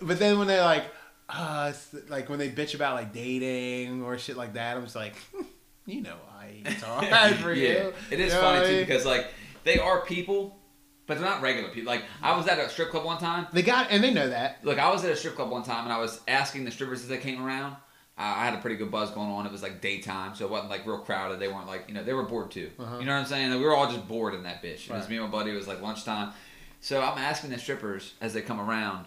A: but then when they're like, uh, it's like when they bitch about like dating or shit like that, I'm just like, you know, I it's all right for you.
B: It is
A: You know what
B: funny
A: I
B: too
A: mean?
B: because like they are people, but they're not regular people. Like I was at a strip club one time.
A: they got and they know that.
B: Look, I was at a strip club one time and I was asking the strippers as they came around. I I had a pretty good buzz going on. It was like daytime, so it wasn't like real crowded. They weren't like you know they were bored too.
A: Uh-huh.
B: You know what I'm saying? Like, we were all just bored in that bitch. It was
A: Right.
B: me and my buddy. It was like lunchtime, so I'm asking the strippers as they come around.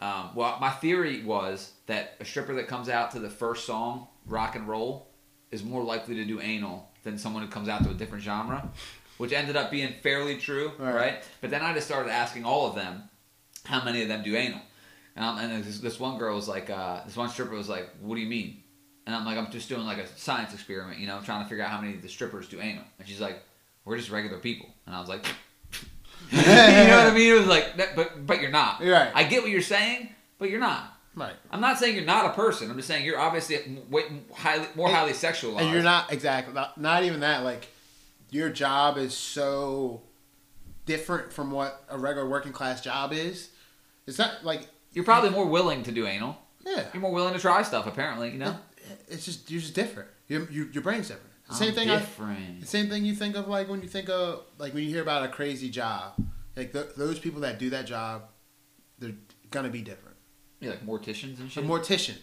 B: Um, well, my theory was that a stripper that comes out to the first song, rock and roll, is more likely to do anal than someone who comes out to a different genre, which ended up being fairly true,
A: Right.
B: right? But then I just started asking all of them how many of them do anal. Um, and this, this one girl was like, uh, this one stripper was like, what do you mean? And I'm like, I'm just doing like a science experiment, you know, I'm trying to figure out how many of the strippers do anal. And she's like, we're just regular people. And I was like, you know what I mean? It was like, that, but but you're not.
A: You're right.
B: I get what you're saying, but you're not.
A: Right.
B: I'm not saying you're not a person. I'm just saying you're obviously way, highly, more highly sexualized.
A: And you're not exactly not, not even that. Like your job is so different from what a regular working class job is. It's not like
B: You're probably more willing to do anal.
A: yeah.
B: You're more willing to try stuff, apparently. You know.
A: It- it's just you're just different. Your you, your brain's different. The same
B: I'm
A: thing. I,
B: Different.
A: the same thing you think of like when you think of like when you hear about a crazy job. Like th those people that do that job, they're gonna be different.
B: You're like morticians and
A: A
B: shit.
A: mortician.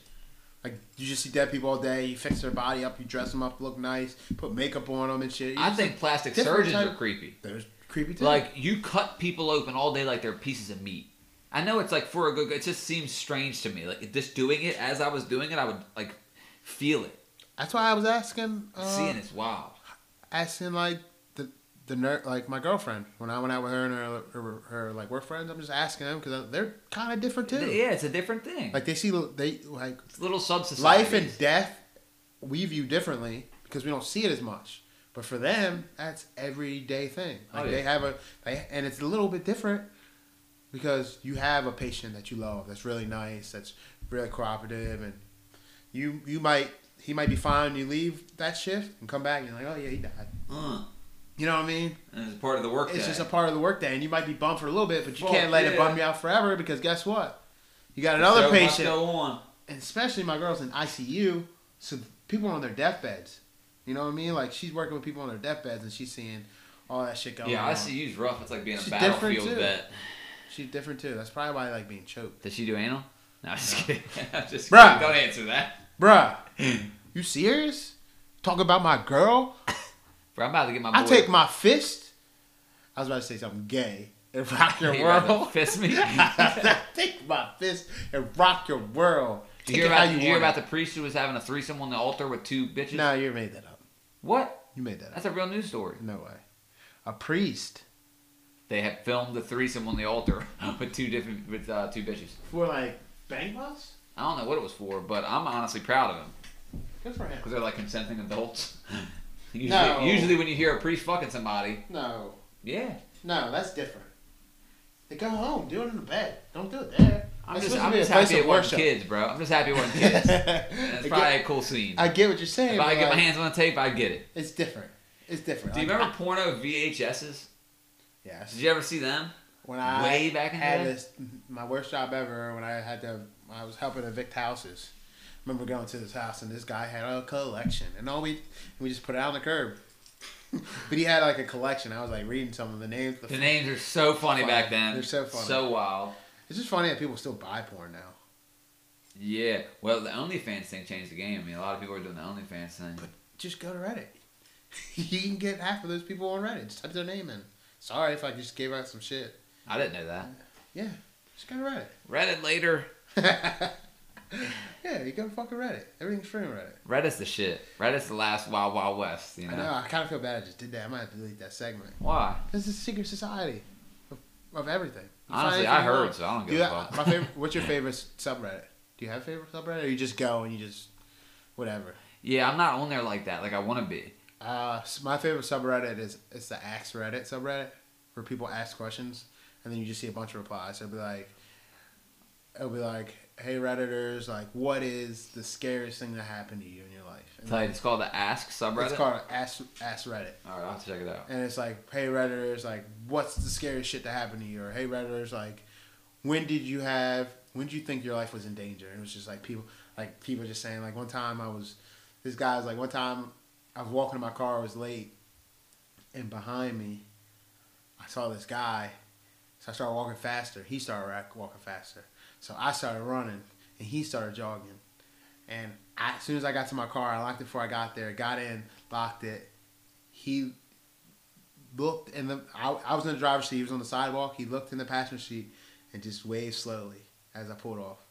A: Like you just see dead people all day. You fix their body up. You dress them up, look nice, put makeup on them and shit. You
B: I
A: just-
B: think plastic
A: different
B: surgeons
A: type-
B: are creepy.
A: There's creepy too.
B: Like you cut people open all day like they're pieces of meat. I know it's like for a good. It just seems strange to me. Like just doing it as I was doing it, I would like feel it,
A: that's why I was asking, uh,
B: seeing it's wild.
A: asking like the the nerd, like my girlfriend when I went out with her and her her, her like work friends. I'm just asking them because they're kind of different too.
B: Yeah, it's a different thing.
A: Like they see they like
B: it's little subsocieties.
A: life and death we view differently because we don't see it as much. But for them, that's everyday thing.
B: Oh,
A: Like
B: yeah.
A: they have a, they, and it's a little bit different because you have a patient that you love, that's really nice, that's really cooperative, and you you might he might be fine. You leave that shift and come back, and you're like, oh yeah, he died.
B: Uh,
A: You know what I mean?
B: and it's part of the work.
A: It's just a part of the workday, and you might be bummed for a little bit, but you can't
B: Fuck,
A: let it
B: yeah.
A: bum you out forever because guess what? You got another patient
B: Go on.
A: and especially my girl's in ICU, so people are on their deathbeds. You know what I mean? Like she's working with people on their deathbeds, and she's seeing all that shit going
B: Yeah,
A: on.
B: I see you's rough. It's like being a
A: She's different,
B: battlefield
A: too.
B: vet.
A: She's different too. That's probably why I like being choked.
B: Does she do anal? No, I'm just kidding. I'm just
A: Bruh.
B: kidding. Don't answer that.
A: Bruh, you serious? Talk about my girl?
B: Bro, I'm about to get my. Boy.
A: I take my fist. I was about to say something gay and rock your
B: You about to
A: world.
B: Fist me.
A: I take my fist and rock your world.
B: Did
A: Take
B: you hear
A: it how
B: about, you hear
A: want
B: about
A: it.
B: the priest who was having a threesome on the altar with two bitches?
A: No, you made that up.
B: What?
A: You made that up.
B: That's a real news story.
A: No way. A priest
B: They had filmed the threesome on the altar with two different with uh, two bitches.
A: for like bang bus?
B: I don't know what it was for, but I'm honestly proud of them
A: Good for him.
B: because they're like consenting adults. usually,
A: No.
B: usually when you hear a priest fucking somebody,
A: No,
B: yeah,
A: no, that's different. They go home, do it in the bed. Don't do it there.
B: I'm
A: That's supposed
B: just
A: to
B: I'm
A: be a
B: just
A: place
B: happy
A: of
B: it wasn't
A: worship.
B: kids, bro. I'm just happy it wasn't kids. And
A: I,
B: it's probably
A: get,
B: a cool scene.
A: I get what you're saying.
B: if I
A: but,
B: get my
A: like,
B: hands on a tape, I'd get it.
A: it's different. It's different.
B: Do you
A: Like,
B: remember porno VHSs? Did
A: Yes.
B: you ever see them?
A: When I
B: way back in the
A: had
B: day?
A: this, my worst job ever. When I had to, I was helping evict houses. remember going to this house and this guy had a collection, and all we we just put it out on the curb. but he had like a collection. I was like reading some of the names.
B: The names are so funny
A: Funny.
B: back then.
A: They're so funny.
B: So wild.
A: It's just funny that people still buy porn now.
B: Yeah. Well, the OnlyFans thing changed the game. I mean, a lot of people are doing the OnlyFans thing.
A: But- just go to Reddit. you can get half of those people on Reddit. Just type their name in. Sorry if I just gave out some shit.
B: I didn't know that.
A: Yeah, just go to
B: Read it later.
A: Reddit. yeah, you go fucking Reddit. Everything's free on Reddit.
B: Reddit's the shit. Reddit's the last Wild Wild West. You know.
A: I know. I kind of feel bad. I just did that. I might have to delete that segment.
B: Why?
A: This is a secret society of, of everything. You find
B: Honestly,
A: anything
B: I
A: you
B: heard,
A: want.
B: so I don't
A: Do
B: give
A: you,
B: a fuck.
A: my favorite. What's your favorite subreddit? Do you have a favorite subreddit, or you just go and you just whatever?
B: yeah, I'm not on there like that. Like I want to be.
A: Uh, s- my favorite subreddit is it's the Ask Reddit subreddit where people ask questions and then you just see a bunch of replies. It'll be like, it'll be like, hey redditors, like what is the scariest thing that happened to you in your life? And
B: It's, like, it's called the Ask subreddit.
A: it's called Ask Ask Reddit,
B: All right, I'll have to check it out.
A: and it's like, hey redditors, like what's the scariest shit that happened to you? Or hey redditors, like when did you have when did you think your life was in danger and it was just like people like people just saying like one time i was this guy was like one time i was walking in my car i was late and behind me i saw this guy so i started walking faster he started ra- walking faster so i started running and he started jogging and I, as soon as i got to my car i locked it before i got there got in locked it he looked in the i, I was in the driver's seat he was on the sidewalk he looked in the passenger seat and just waved slowly as I pulled off.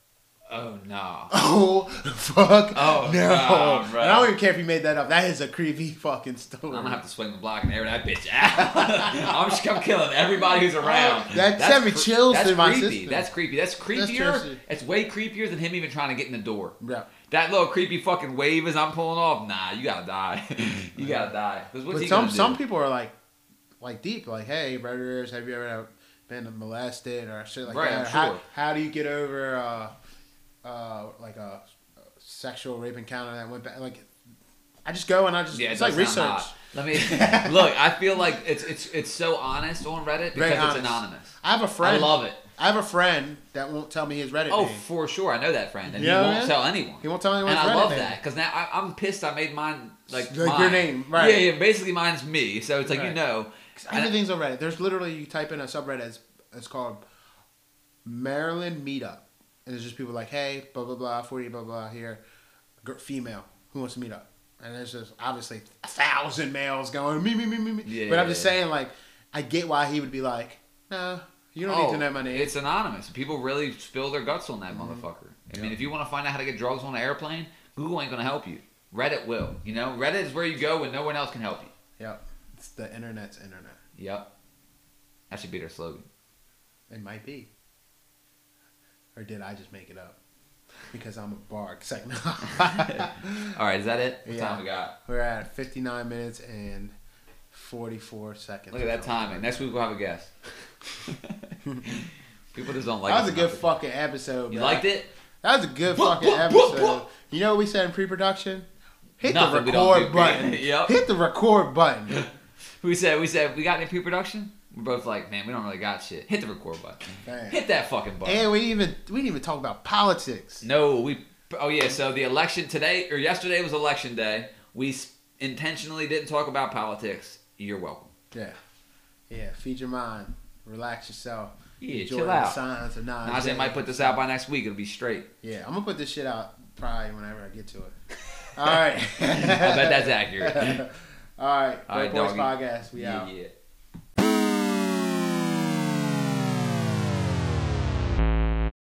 B: Oh no.
A: Oh fuck!
B: Oh,
A: no!
B: nah, bro.
A: And I don't even care if you made that up. That is a creepy fucking
B: I'm
A: story.
B: gonna have to swing the block and air that bitch out. I'm just I'm killing everybody who's around.
A: Oh, that sent me chills
B: that's
A: through my
B: creepy.
A: system.
B: That's creepy. That's creepier.
A: chills.
B: it's way creepier than him even trying to get in the door.
A: Yeah.
B: That little creepy fucking wave as I'm pulling off. Nah, you gotta die. you gotta die. 'Cause what's
A: But
B: he
A: some
B: gonna do?
A: some people are like, like deep, like, hey, predators, have you ever been molested or shit like
B: Right,
A: that?
B: I'm
A: How
B: sure.
A: how do you get over uh, uh, like a sexual rape encounter that went back? Like, I just go and I just
B: Yeah, it
A: it's like
B: does
A: research.
B: sound hot. Let me look. I feel like it's it's it's so honest on Reddit
A: Very
B: because it's
A: honest.
B: anonymous.
A: I have a friend.
B: I love it.
A: I have a friend that won't tell me his Reddit
B: Oh,
A: name.
B: for sure. I know that friend, and
A: You know
B: he
A: what
B: won't
A: I mean?
B: tell anyone.
A: He won't tell anyone.
B: and
A: his
B: I
A: Reddit
B: love
A: name.
B: that because now I, I'm pissed. I made mine like,
A: Like your
B: mine.
A: name, right.
B: Yeah, yeah. Basically, mine's me. So it's like you
A: Right.
B: know. And-
A: Everything's on Reddit. There's literally you type in a subreddit. It's, it's called Maryland Meetup, and it's just people like, hey, blah blah blah, forty blah blah here, gr- female who wants to meet up, and there's just obviously a thousand males going me me me me me.
B: Yeah,
A: but I'm
B: yeah,
A: just
B: yeah.
A: saying like I get why he would be like, nah, you don't need to know my name.
B: oh,
A: Mm-hmm.
B: It's anonymous. People really spill their guts on that motherfucker. I mean, if you want to find out how to get drugs on an airplane, Google ain't gonna help you. Reddit will. You know, Reddit is where you go when no one else can help you.
A: Yep. It's the internet's internet.
B: Yep. That should be their slogan.
A: It might be. Or did I just make it up? Because I'm a bark. It's like, no.
B: All right, is that it? What
A: Yeah.
B: time we got?
A: We're at 59 minutes and 44 seconds.
B: Look at that timing. Next week we'll have a guest. People just don't like.
A: That was a
B: us
A: good
B: enough.
A: fucking episode.
B: You
A: bro.
B: liked it?
A: That was a good
B: Whoop,
A: fucking
B: whoop,
A: episode.
B: whoop, whoop.
A: You know what we said in pre-production? Hit
B: Nothing,
A: the
B: we don't
A: record
B: do-
A: button.
B: Yep.
A: Hit the record button.
B: We said we said we got any pre-production. We're both like, man, we don't really got shit. Hit the record button.
A: Damn.
B: Hit that fucking button.
A: and we even we didn't even talk about politics.
B: No, we. Oh yeah, so the election today or yesterday was election day. We s- intentionally didn't talk about politics. You're welcome.
A: Yeah, yeah. Feed your mind. Relax yourself.
B: Yeah,
A: Enjoy
B: chill
A: the
B: out.
A: signs of Nas.
B: Najee
A: X.
B: might put this out by next week. It'll be straight.
A: Yeah, I'm gonna put this shit out probably whenever I get to it. All right.
B: I bet that's accurate.
A: All right.
B: All right,
A: Great Boys
B: doggy.
A: Podcast. We out.
B: yeah.